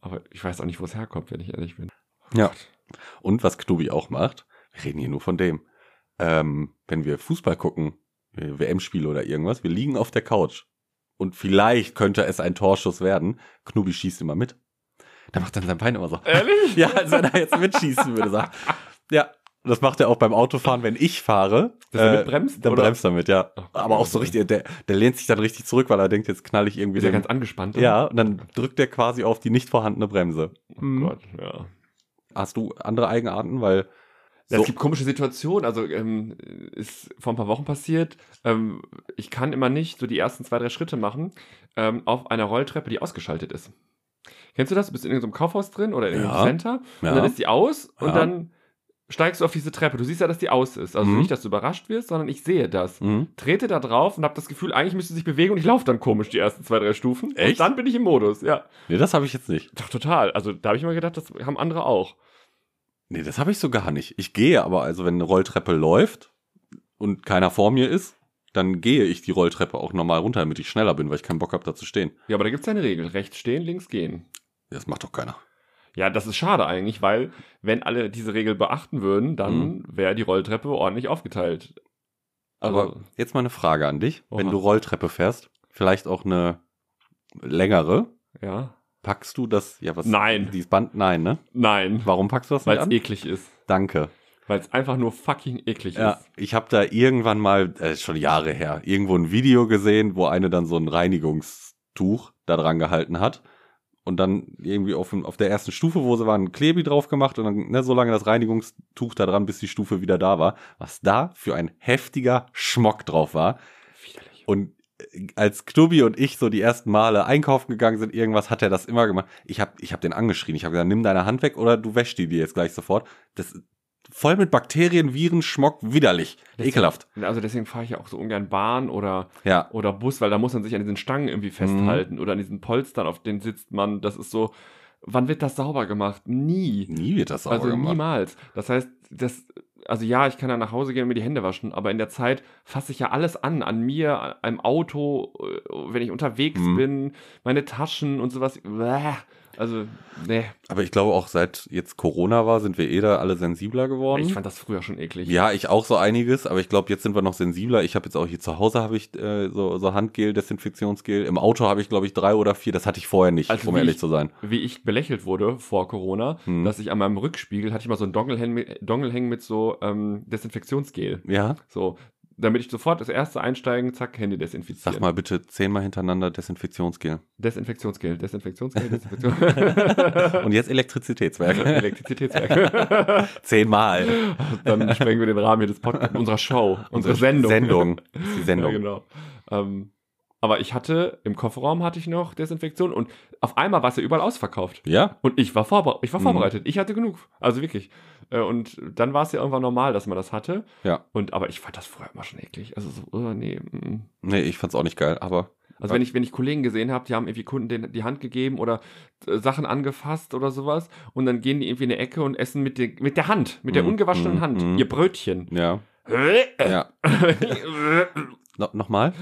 Aber ich weiß auch nicht, wo es herkommt, wenn ich ehrlich bin.
Ja. Und was Knubi auch macht, wir reden hier nur von dem. Ähm, wenn wir Fußball gucken, äh, WM-Spiele oder irgendwas, wir liegen auf der Couch. Und vielleicht könnte es ein Torschuss werden. Knubi schießt immer mit. Da macht dann sein Bein immer so.
Ehrlich?
Ja, als wenn er jetzt mitschießen würde, sagt. Ja, das macht er auch beim Autofahren, wenn ich fahre.
Dass du
Äh,
mitbremst?
dann
oder? Oh
bremst er mit, ja.
Ach,
Aber auch so richtig, der, der lehnt sich dann richtig zurück, weil er denkt, jetzt knall ich irgendwie
Ist er
den.
ganz angespannt? dann?
Ja, und dann drückt er quasi auf die nicht vorhandene Bremse.
Oh Gott, ja.
Hast du andere Eigenarten? Weil
Ja,
So.
Es gibt komische Situationen, also ähm, ist vor ein paar Wochen passiert. Ähm, ich kann immer nicht so die ersten zwei, drei Schritte machen ähm, auf einer Rolltreppe, die ausgeschaltet ist. Kennst du das? Du bist in irgendeinem Kaufhaus drin oder in irgendeinem
Ja.
Center
ja,
und dann ist die aus
Ja.
und dann steigst du auf diese Treppe. Du siehst ja, dass die aus ist. Also
Mhm.
nicht, dass du überrascht wirst, sondern ich sehe das.
Mhm.
Trete da drauf und habe das Gefühl, eigentlich müsste sie sich bewegen und ich laufe dann komisch die ersten zwei, drei Stufen. Und
Echt?
dann bin ich im Modus, ja.
Nee, das habe ich jetzt nicht.
Doch, total. Also da habe ich immer gedacht, das haben andere auch.
Nee, das habe ich so gar nicht. Ich gehe aber, also wenn eine Rolltreppe läuft und keiner vor mir ist, dann gehe ich die Rolltreppe auch normal runter, damit ich schneller bin, weil ich keinen Bock habe, da zu stehen.
Ja, aber da gibt es ja eine Regel. Rechts stehen, links gehen.
Das macht doch keiner.
Ja, das ist schade eigentlich, weil wenn alle diese Regel beachten würden, dann
Mhm.
wäre die Rolltreppe ordentlich aufgeteilt.
Aber
Also,
jetzt mal eine Frage an dich.
Oha.
Wenn du Rolltreppe fährst, vielleicht auch eine längere,
ja.
packst du das, ja was?
Nein.
Dieses Band? Nein, ne?
Nein,
Warum packst du das
weil
nicht
es
an?
eklig ist.
Danke.
Weil es einfach nur fucking eklig
Ja,
ist.
ich habe da irgendwann mal, äh, schon Jahre her, irgendwo ein Video gesehen, wo eine dann so ein Reinigungstuch da dran gehalten hat. Und dann irgendwie auf, dem- auf der ersten Stufe, wo sie waren, ein Klebi drauf gemacht und dann ne, so lange das Reinigungstuch da dran, bis die Stufe wieder da war. Was da für ein heftiger Schmock drauf war.
Widerlich.
Und äh, als Knubi und ich so die ersten Male einkaufen gegangen sind, irgendwas hat er das immer gemacht. Ich habe ich hab den angeschrien. Ich habe gesagt, nimm deine Hand weg oder du wäschst die dir jetzt gleich sofort. Das voll mit Bakterien, Viren, Schmock, widerlich.
Deswegen-
Ekelhaft.
Also deswegen fahre ich ja auch so ungern Bahn oder,
Ja.
oder Bus, weil da muss man sich an diesen Stangen irgendwie festhalten oder an diesen Polstern, auf denen sitzt man. Das ist so, wann wird das sauber gemacht? Nie.
Nie wird das sauber
also
gemacht.
niemals. Das heißt, das, also ja, ich kann dann nach Hause gehen und mir die Hände waschen, aber in der Zeit fasse ich ja alles an, an mir, an einem Auto, äh, wenn ich unterwegs
Mhm.
bin, meine Taschen und sowas. Bäh. Also, nee,
Aber ich glaube auch seit jetzt Corona war, sind wir eh da alle sensibler geworden.
ich fand das früher schon eklig.
ja, ich auch so einiges, aber ich glaube, jetzt sind wir noch sensibler. Ich habe jetzt auch hier zu Hause habe ich äh, so, so Handgel, Desinfektionsgel. Im Auto habe ich glaube ich drei oder vier. Das hatte ich vorher nicht,
Also
um
wie
ehrlich
ich-
zu sein.
wie ich belächelt wurde vor Corona,
Hm.
dass ich an meinem Rückspiegel hatte ich mal so einen Dongle hängen, Dongle hängen mit so ähm, Desinfektionsgel.
Ja,
So, damit ich sofort das erste einsteigen, zack, Handy desinfizieren.
sag mal bitte zehnmal hintereinander Desinfektionsgel.
Desinfektionsgel, Desinfektionsgel, Desinfektionsgel.
Und jetzt Elektrizitätswerk.
Elektrizitätswerk.
Zehnmal.
Dann sprengen wir den Rahmen hier des Podcasts, unserer Show, unsere Sendung.
Sendung. Das ist die Sendung.
Ja, genau. Ähm, aber ich hatte, im Kofferraum hatte ich noch Desinfektion und auf einmal war es ja überall ausverkauft.
Ja,
Und ich war, vorbere ich war
Mhm.
vorbereitet. Ich hatte genug. Also wirklich. Äh, Und dann war es ja irgendwann normal, dass man das hatte.
Ja.
Und aber ich fand das vorher immer schon eklig. Also so, oh, nee. mm.
nee, ich fand's auch nicht geil, aber
Also wenn ich, wenn ich Kollegen gesehen habe, die haben irgendwie Kunden den, die Hand gegeben oder äh, Sachen angefasst oder sowas. Und dann gehen die irgendwie in eine Ecke und essen mit der, mit der Hand, mit der
Mhm,
ungewaschenen
mhm,
Hand,
mhm.
ihr Brötchen.
ja,
Äh.
ja. No, Nochmal?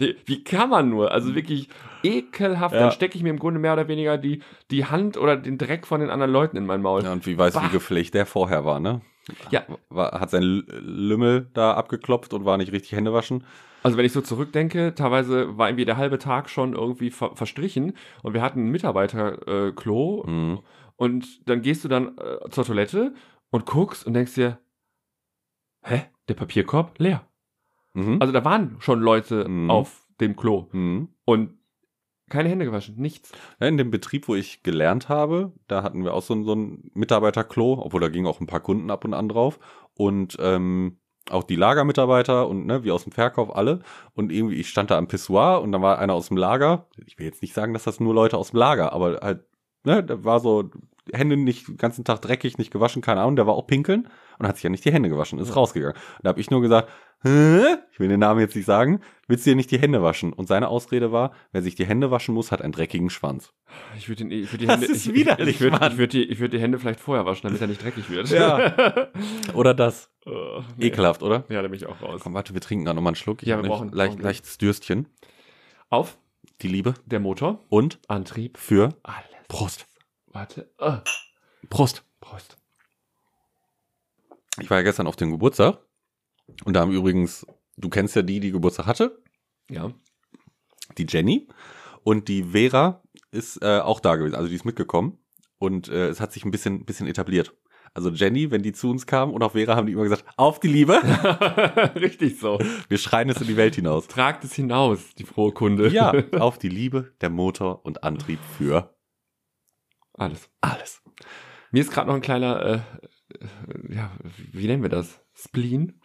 Die- Wie kann man nur? Also wirklich ekelhaft.
Ja.
Dann stecke ich mir im Grunde mehr oder weniger die, die Hand oder den Dreck von den anderen Leuten in mein Maul.
Ja, und wie weiß,
Bah.
wie gepflegt der vorher war, ne?
Ja.
War, hat sein L- Lümmel da abgeklopft und war nicht richtig Hände waschen.
Also wenn ich so zurückdenke, teilweise war irgendwie der halbe Tag schon irgendwie ver verstrichen und wir hatten ein Mitarbeiterklo äh, Klo
Mhm.
und dann gehst du dann äh, zur Toilette und guckst und denkst dir, hä, der Papierkorb leer.
Mhm.
Also da waren schon Leute
Mhm.
auf dem Klo
Mhm.
und keine Hände gewaschen, nichts.
Ja, In dem Betrieb, wo ich gelernt habe, da hatten wir auch so ein, so ein Mitarbeiterklo, obwohl da gingen auch ein paar Kunden ab und an drauf. Und ähm, auch die Lagermitarbeiter und ne, wie aus dem Verkauf alle. Und irgendwie, ich stand da am Pissoir und dann war einer aus dem Lager. Ich will jetzt nicht sagen, dass das nur Leute aus dem Lager, aber halt, ne, da war so Hände nicht den ganzen Tag dreckig, nicht gewaschen, keine Ahnung, der war auch pinkeln und hat sich ja nicht die Hände gewaschen, ist
Ja.
rausgegangen. Und da habe ich nur gesagt, Hä? ich will den Namen jetzt nicht sagen, willst du dir nicht die Hände waschen? Und seine Ausrede war, wer sich die Hände waschen muss, hat einen dreckigen Schwanz.
Ich würde ich würd die
Das
Hände,
ist
ich, also
widerlich,
ich, ich würd-
Mann.
ich würd die, ich würd die Hände vielleicht vorher waschen, damit er nicht dreckig wird.
Ja. Oder das.
oh, nee.
Ekelhaft, oder?
Ja, da bin ich auch raus.
Komm, warte, wir trinken da nochmal einen Schluck. Ich
Ja,
hab
wir
nämlich
brauchen-
leicht,
brauchen-
leichtes Dürstchen.
Auf
Die Liebe.
der Motor,
Und
Antrieb,
für
alles.
Prost.
Warte. Ah.
Prost.
Prost.
Ich war ja gestern auf dem Geburtstag. Und da haben übrigens, du kennst ja die, die Geburtstag hatte,
Ja.
die Jenny. Und die Vera ist äh, auch da gewesen. Also die ist mitgekommen. Und äh, es hat sich ein bisschen, bisschen etabliert. Also Jenny, wenn die zu uns kam und auch Vera, haben die immer gesagt, auf die Liebe.
Richtig so.
Wir schreien es in die Welt hinaus.
Tragt es hinaus, die frohe Kunde.
Ja, auf die Liebe, der Motor und Antrieb für
Alles.
alles.
Mir ist gerade noch ein kleiner, äh, äh, ja, wie nennen wir das? Spleen?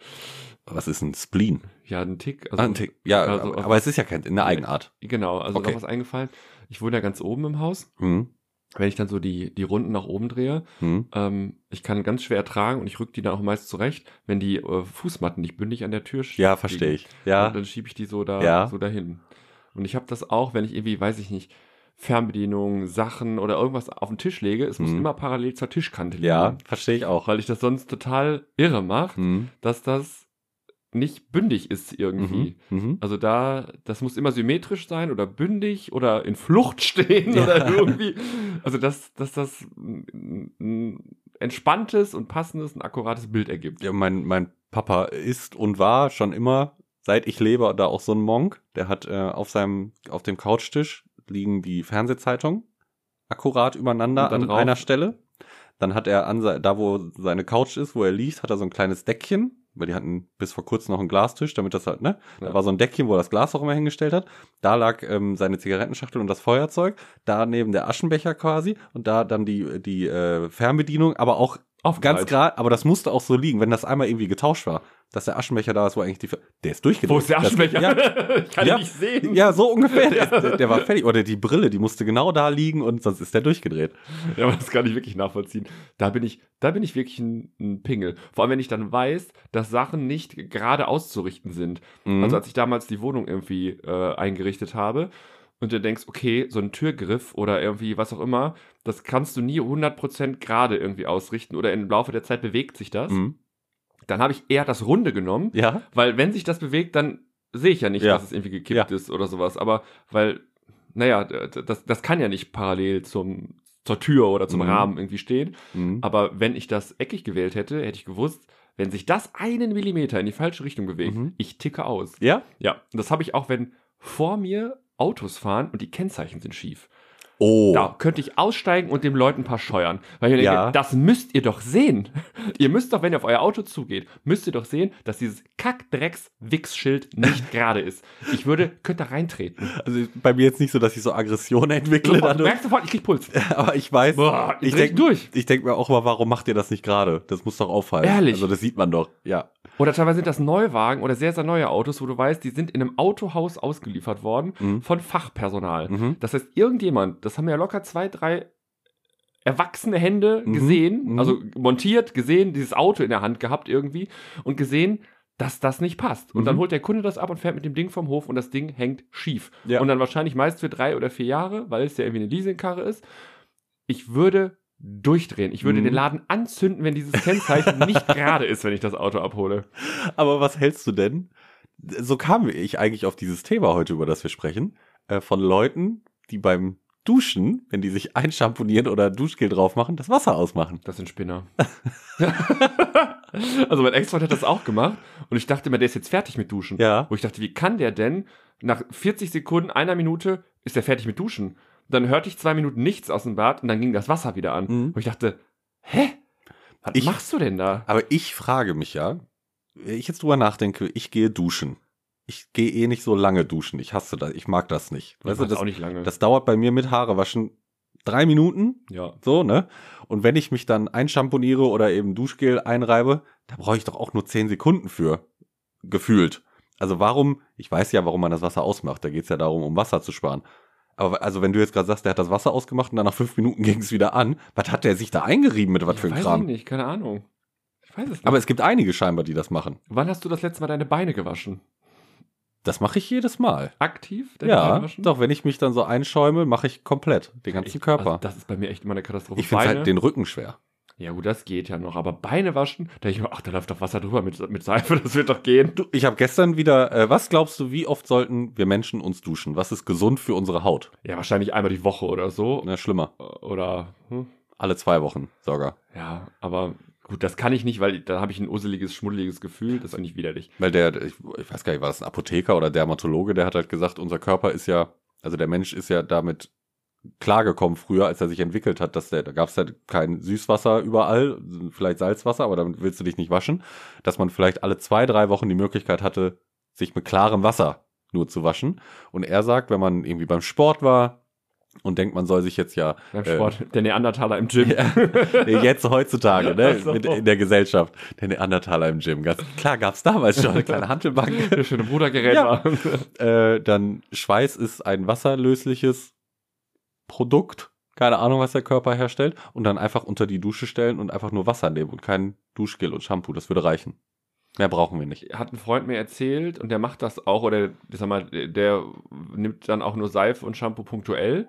Was ist ein Spleen?
Ja, ein Tick.
ah, ein Tick. Ja,
also-
aber, aber es ist ja kein, eine Eigenart.
Genau, also
Okay.
noch was eingefallen. Ich wohne ja ganz oben im Haus.
Mhm.
Wenn ich dann so die, die Runden nach oben drehe,
Mhm.
ähm, ich kann ganz schwer tragen und ich rück die dann auch meist zurecht, wenn die äh, Fußmatten nicht bündig an der Tür stehen.
Ja, verstehe ich. Ja,
Und dann schiebe ich die so da
Ja.
so dahin. Und ich habe das auch, wenn ich irgendwie, weiß ich nicht, Fernbedienungen, Sachen oder irgendwas auf den Tisch lege, es muss
Mhm.
immer parallel zur Tischkante liegen.
ja, verstehe ich auch.
Weil ich das sonst total irre mache,
Mhm.
dass das nicht bündig ist irgendwie.
Mhm. Mhm.
Also da, das muss immer symmetrisch sein oder bündig oder in Flucht stehen
Ja.
oder irgendwie. Also dass, dass das ein ein entspanntes und passendes und akkurates Bild ergibt.
Ja, mein, mein Papa ist und war schon immer, seit ich lebe, da auch so ein Monk. Der hat äh, auf seinem, auf dem Couchtisch liegen die Fernsehzeitungen akkurat übereinander
Und da
an
drauf-
einer Stelle. Dann hat er an, se- da wo seine Couch ist, wo er liegt, hat er so ein kleines Deckchen, weil die hatten bis vor kurzem noch einen Glastisch, damit das halt, ne? Da
Ja.
war so ein Deckchen, wo er das Glas auch immer hingestellt hat. Da lag ähm, seine Zigarettenschachtel und das Feuerzeug, da neben der Aschenbecher quasi und da dann die, die äh, Fernbedienung, aber auch Ganz
Aufgemalt.
gerade, aber das musste auch so liegen, wenn das einmal irgendwie getauscht war, dass der Aschenbecher da ist, wo eigentlich die. Ver- Der ist durchgedreht.
Wo ist der
Das-
Aschenbecher?
Ja,
ich kann
Ja.
ihn nicht sehen.
ja, so ungefähr.
Ja.
Der, der war fertig. Oder die Brille, die musste genau da liegen und sonst ist der durchgedreht.
Ja, aber das kann ich wirklich nachvollziehen. Da bin ich, da bin ich wirklich ein, ein Pingel. Vor allem, wenn ich dann weiß, dass Sachen nicht gerade auszurichten sind.
Mhm.
Also als ich damals die Wohnung irgendwie äh, eingerichtet habe und du denkst, okay, so ein Türgriff oder irgendwie was auch immer, das kannst du nie 100% gerade irgendwie ausrichten oder im Laufe der Zeit bewegt sich das.
Mhm.
Dann habe ich eher das Runde genommen,
Ja.
weil wenn sich das bewegt, dann sehe ich ja nicht,
Ja.
dass es irgendwie gekippt ist oder sowas. Aber weil, naja, d- d- das, das kann ja nicht parallel zum, zur Tür oder zum
Mhm.
Rahmen irgendwie stehen.
Mhm.
Aber wenn ich das eckig gewählt hätte, hätte ich gewusst, wenn sich das einen Millimeter in die falsche Richtung bewegt,
Mhm.
ich ticke aus.
Ja?
Ja, und das habe ich auch, wenn vor mir Autos fahren und die Kennzeichen sind schief.
Oh.
Da könnte ich aussteigen und dem Leuten ein paar scheuern. Weil ich mir denke,
Ja.
das müsst ihr doch sehen. Ihr müsst doch, wenn ihr auf euer Auto zugeht, müsst ihr doch sehen, dass dieses Kack-Drecks-Wichs-Schild nicht gerade ist. Ich würde, könnte da reintreten.
Also bei mir jetzt nicht so, dass ich so Aggression entwickle
Sofort, du
dadurch.
merkst sofort, ich krieg Puls.
Aber ich weiß,
Boah, ich
ich
dreh
denke
durch.
ich denk mir auch mal, warum macht ihr das nicht gerade? Das muss doch auffallen.
Ehrlich?
Also das sieht man doch, ja.
Oder teilweise sind das Neuwagen oder sehr, sehr neue Autos, wo du weißt, die sind in einem Autohaus ausgeliefert worden
Mhm.
von Fachpersonal.
Mhm.
Das heißt, irgendjemand, das haben ja locker zwei, drei erwachsene Hände
Mhm,
gesehen,
mhm.
also montiert, gesehen, dieses Auto in der Hand gehabt irgendwie und gesehen, dass das nicht passt. Und
Mhm.
dann holt der Kunde das ab und fährt mit dem Ding vom Hof und das Ding hängt schief.
Ja.
Und dann wahrscheinlich meist für drei oder vier Jahre, weil es ja irgendwie eine Leasingkarre ist. Ich würde durchdrehen. Ich würde
Mhm.
den Laden anzünden, wenn dieses Kennzeichen nicht gerade ist, wenn ich das Auto abhole.
Aber was hältst du denn? So kam ich eigentlich auf dieses Thema heute, über das wir sprechen, äh, von Leuten, die beim Duschen, wenn die sich einschamponieren oder Duschgel drauf machen, das Wasser ausmachen.
Das sind Spinner. also mein Ex-Freund hat das auch gemacht und ich dachte immer, der ist jetzt fertig mit Duschen.
Ja.
Wo ich dachte, wie kann der denn nach 40 Sekunden, einer Minute, ist der fertig mit Duschen? Dann hörte ich zwei Minuten nichts aus dem Bad und dann ging das Wasser wieder an.
Mhm.
Wo ich dachte, hä? Was
Ich- Ah,
machst du denn da?
Aber ich frage mich ja, wenn ich jetzt drüber nachdenke, ich gehe duschen. Ich gehe eh nicht so lange duschen. Ich hasse das. Ich mag das nicht. Weißt du,
machst
das,
auch nicht lange.
das dauert bei mir mit Haare waschen drei Minuten.
ja.
So, ne? Und wenn ich mich dann einschamponiere oder eben Duschgel einreibe, da brauche ich doch auch nur 10 Sekunden für. Gefühlt. Also warum, ich weiß ja, warum man das Wasser ausmacht. Da geht's ja darum, um Wasser zu sparen. Aber also wenn du jetzt gerade sagst, der hat das Wasser ausgemacht und dann nach fünf Minuten ging's wieder an, was hat der sich da eingerieben mit was
Ja,
für einem
weiß ich
Kram?
nicht, keine Ahnung. Ich weiß es nicht.
Aber es gibt einige scheinbar, die das machen.
Wann hast du das letzte Mal deine Beine gewaschen?
Das mache ich jedes Mal.
Aktiv?
ja,
waschen?
doch, wenn ich mich dann so einschäume, mache ich komplett den ganzen
Ich-
Körper.
Also das ist bei mir echt immer eine Katastrophe.
ich finde
Beine-
halt den Rücken schwer.
Ja, gut, das geht ja noch. Aber Beine waschen, da denke ich mir, ach, da läuft doch Wasser drüber mit, mit Seife, das wird doch gehen.
Du, ich habe gestern wieder, äh, was glaubst du, wie oft sollten wir Menschen uns duschen? Was ist gesund für unsere Haut?
Ja, wahrscheinlich einmal die Woche oder so.
Na, schlimmer.
Oder, hm?
Alle zwei Wochen, sogar.
ja, aber gut, das kann ich nicht, weil da habe ich ein usseliges, schmuddeliges Gefühl. Das finde ich widerlich.
Weil der, ich, ich weiß gar nicht, war das ein Apotheker oder Dermatologe, der hat halt gesagt, unser Körper ist ja, also der Mensch ist ja damit klargekommen früher, als er sich entwickelt hat, dass der, da gab es halt kein Süßwasser überall, vielleicht Salzwasser, aber damit willst du dich nicht waschen, dass man vielleicht alle zwei, drei Wochen die Möglichkeit hatte, sich mit klarem Wasser nur zu waschen. Und er sagt, wenn man irgendwie beim Sport war und denkt, man soll sich jetzt ja
Beim
Äh.
Sport, der Neandertaler im Gym.
Ja. Nee, jetzt heutzutage, ne?
Ach so.
Mit, in der Gesellschaft. Der Neandertaler im Gym. Ganz, klar gab's damals schon eine kleine Handelbank.
Der schöne Brudergerät
Ja.
war.
Äh, dann Schweiß ist ein wasserlösliches Produkt. Keine Ahnung, was der Körper herstellt. Und dann einfach unter die Dusche stellen und einfach nur Wasser nehmen und kein Duschgel und Shampoo. Das würde reichen. Mehr brauchen wir nicht.
Hat ein Freund mir erzählt und der macht das auch, oder ich sag mal, der nimmt dann auch nur Seife und Shampoo punktuell.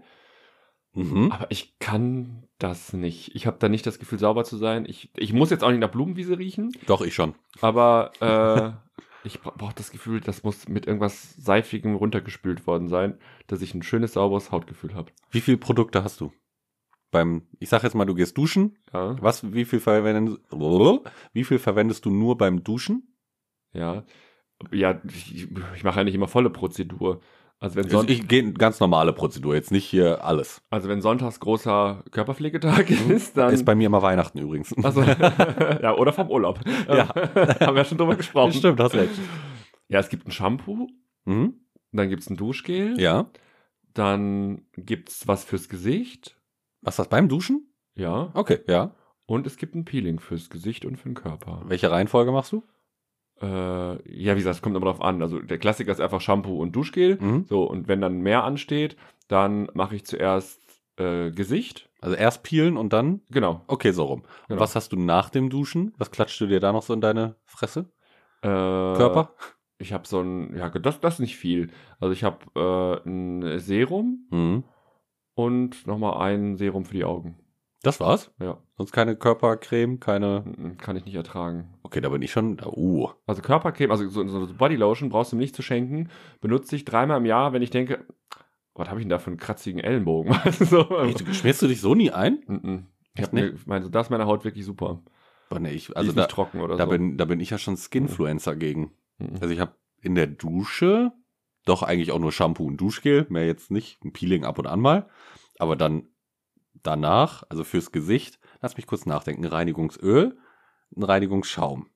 Mhm.
Aber ich kann das nicht. Ich habe da nicht das Gefühl, sauber zu sein. Ich, ich muss jetzt auch nicht nach Blumenwiese riechen.
Doch, ich schon.
Aber äh, ich brauche das Gefühl, das muss mit irgendwas Seifigem runtergespült worden sein, dass ich ein schönes, sauberes Hautgefühl habe.
Wie viele Produkte hast du? Beim, ich sag jetzt mal, du gehst duschen.
Ja,
Was, wie viel verwendest, wie viel verwendest du nur beim Duschen?
ja. Ja, ich, ich mache ja nicht immer volle Prozedur. Also wenn,
Also
Son
ich gehe ganz normale Prozedur, jetzt nicht hier alles.
also wenn sonntags großer Körperpflegetag ist, dann.
Mhm. ist bei mir immer Weihnachten übrigens.
also, ja, oder vom Urlaub.
Ja.
Haben wir ja schon drüber gesprochen.
Stimmt, hast recht.
Ja, es gibt ein Shampoo,
Mhm.
dann gibt es ein Duschgel,
Ja.
dann gibt es was fürs Gesicht.
Was das beim Duschen?
Ja.
Okay, ja.
Und es gibt ein Peeling fürs Gesicht und für den Körper.
Welche Reihenfolge machst du?
Äh, ja, wie gesagt, es kommt immer drauf an. Also der Klassiker ist einfach Shampoo und Duschgel.
Mhm.
So, und wenn dann mehr ansteht, dann mache ich zuerst äh, Gesicht.
Also erst peelen und dann.
Genau.
Okay, so rum. Und
Genau.
was hast du nach dem Duschen? Was klatscht du dir da noch so in deine Fresse?
Äh,
Körper?
Ich habe so ein, ja, das, das nicht viel. Also ich habe äh, ein Serum
Mhm.
und nochmal ein Serum für die Augen.
Das war's?
Ja,
Sonst keine Körpercreme, keine.
mhm, kann ich nicht ertragen.
Okay, da bin ich schon. Uh.
Also Körpercreme, also so, so Bodylotion brauchst du mir nicht zu schenken. Benutze ich dreimal im Jahr, wenn ich denke, was habe ich denn da für einen kratzigen Ellenbogen? Weißt du, so,
Ey, du, schmierst du dich so nie ein?
Mhm. Ich
Echt
hab mir, mein, so, das ist meine Haut wirklich super.
Boah, nee, ich,
Die
also
ist
da,
nicht trocken oder
da,
so.
bin, da bin ich ja schon Skinfluencer gegen.
Mhm.
Also ich habe in der Dusche doch eigentlich auch nur Shampoo und Duschgel, mehr jetzt nicht, ein Peeling ab und an mal, aber dann danach, also fürs Gesicht, lass mich kurz nachdenken, Reinigungsöl, ein Reinigungsschaum.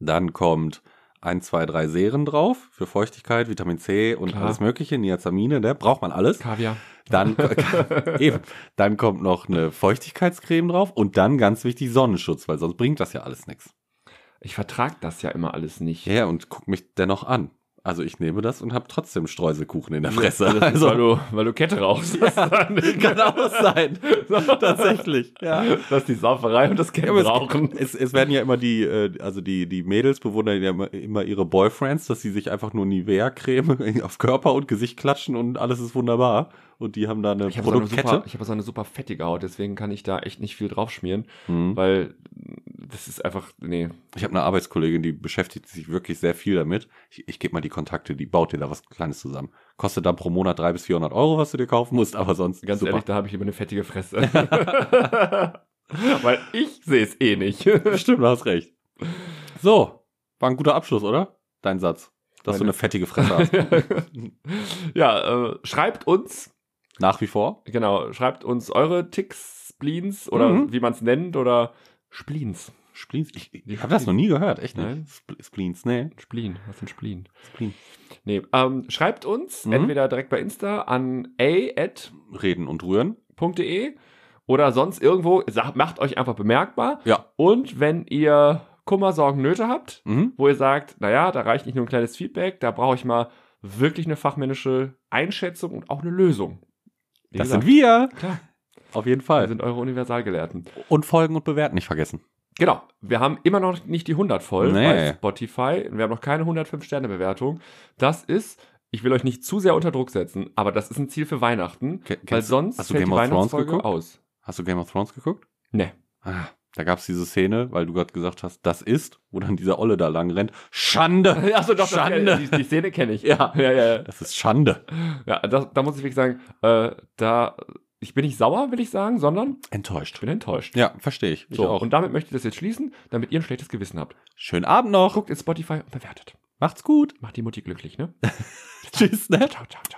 Dann kommt ein, zwei, drei Serien drauf für Feuchtigkeit, Vitamin C und
Klar.
alles mögliche, Niacinamide, ne? braucht man alles.
Kaviar.
Dann Eben. Dann kommt noch eine Feuchtigkeitscreme drauf und dann ganz wichtig Sonnenschutz, weil sonst bringt das ja alles nichts.
Ich vertrag das ja immer alles nicht.
Ja, ja, und guck mich dennoch an. Also ich nehme das und habe trotzdem Streuselkuchen in der Fresse.
Das ist, weil,
also
du, weil du Kette rauchst.
kann auch sein. Tatsächlich. Ja.
Das ist die Sauferei und das
Ja, aber es-
Kettenrauchen.
Es, es werden ja immer die, äh, also die, die Mädels bewundern ja immer, immer ihre Boyfriends, dass sie sich einfach nur Nivea-Creme auf Körper und Gesicht klatschen und alles ist wunderbar. Und die haben da eine
Ich habe so, eine
Produktkette.
super- ich hab so eine super fettige Haut, deswegen kann ich da echt nicht viel draufschmieren,
Mhm.
weil das ist einfach, nee,
Ich habe eine Arbeitskollegin, die beschäftigt sich wirklich sehr viel damit. Ich, ich gebe mal die Kontakte, die baut dir da was Kleines zusammen. Kostet dann pro Monat 300 bis 400 Euro, was du dir kaufen musst, aber sonst
Ganz ehrlich, da habe ich immer eine fettige Fresse. Weil ich sehe es eh nicht.
Stimmt, du hast recht. So, war ein guter Abschluss, oder? Dein Satz. Dass du
Meine-
eine fettige Fresse hast.
ja, äh, schreibt uns,
Nach wie vor.
genau, schreibt uns eure Ticks, Spleens oder
Mhm.
wie man es nennt oder Spleens.
Spleens. Ich, ich habe das noch nie gehört, echt nicht.
Nein.
Spl- Spleens, nee.
Spleen, was ist ein Spleen?
Spleen.
Nee, ähm, schreibt uns
Mhm.
entweder direkt bei Insta an a.de
Reden und rühren.
oder sonst irgendwo, sagt, macht euch einfach bemerkbar.
Ja.
Und wenn ihr Kummer, Sorgen, Nöte habt,
Mhm.
wo ihr sagt, naja, da reicht nicht nur ein kleines Feedback, da brauche ich mal wirklich eine fachmännische Einschätzung und auch eine Lösung. Wie
Das
gesagt,
sind wir.
Klar.
Auf jeden
wir
Fall.
sind eure Universalgelehrten.
Und folgen und bewerten nicht vergessen.
Genau, wir haben immer noch nicht die 100 voll
Nee.
bei Spotify. Wir haben noch keine 105-Sterne-Bewertung. Das ist, ich will euch nicht zu sehr unter Druck setzen, aber das ist ein Ziel für Weihnachten,
Ke-
weil
kennst-
sonst
hast du Game
die
of Thrones
Weihnachtsfolge
geguckt?
aus.
Hast du Game of Thrones geguckt?
Nee.
Ah, da gab es diese Szene, weil du gerade gesagt hast, das ist, wo dann dieser Olle da lang rennt. Schande!
Achso, Äh, doch,
Schande.
Das, die, die Szene kenne ich.
Ja.
ja, ja. ja.
Das ist Schande.
ja das, da muss ich wirklich sagen, äh, da, ich bin nicht sauer, will ich sagen, sondern ich
Enttäuscht.
bin enttäuscht.
Ja, verstehe ich. Ich
So,
auch.
und damit möchte ich das jetzt schließen, damit ihr ein schlechtes Gewissen habt.
Schönen Abend noch.
Guckt in Spotify und bewertet.
Macht's gut.
Macht die Mutti glücklich, ne?
Tschüss, ne?
Ciao, ciao, ciao.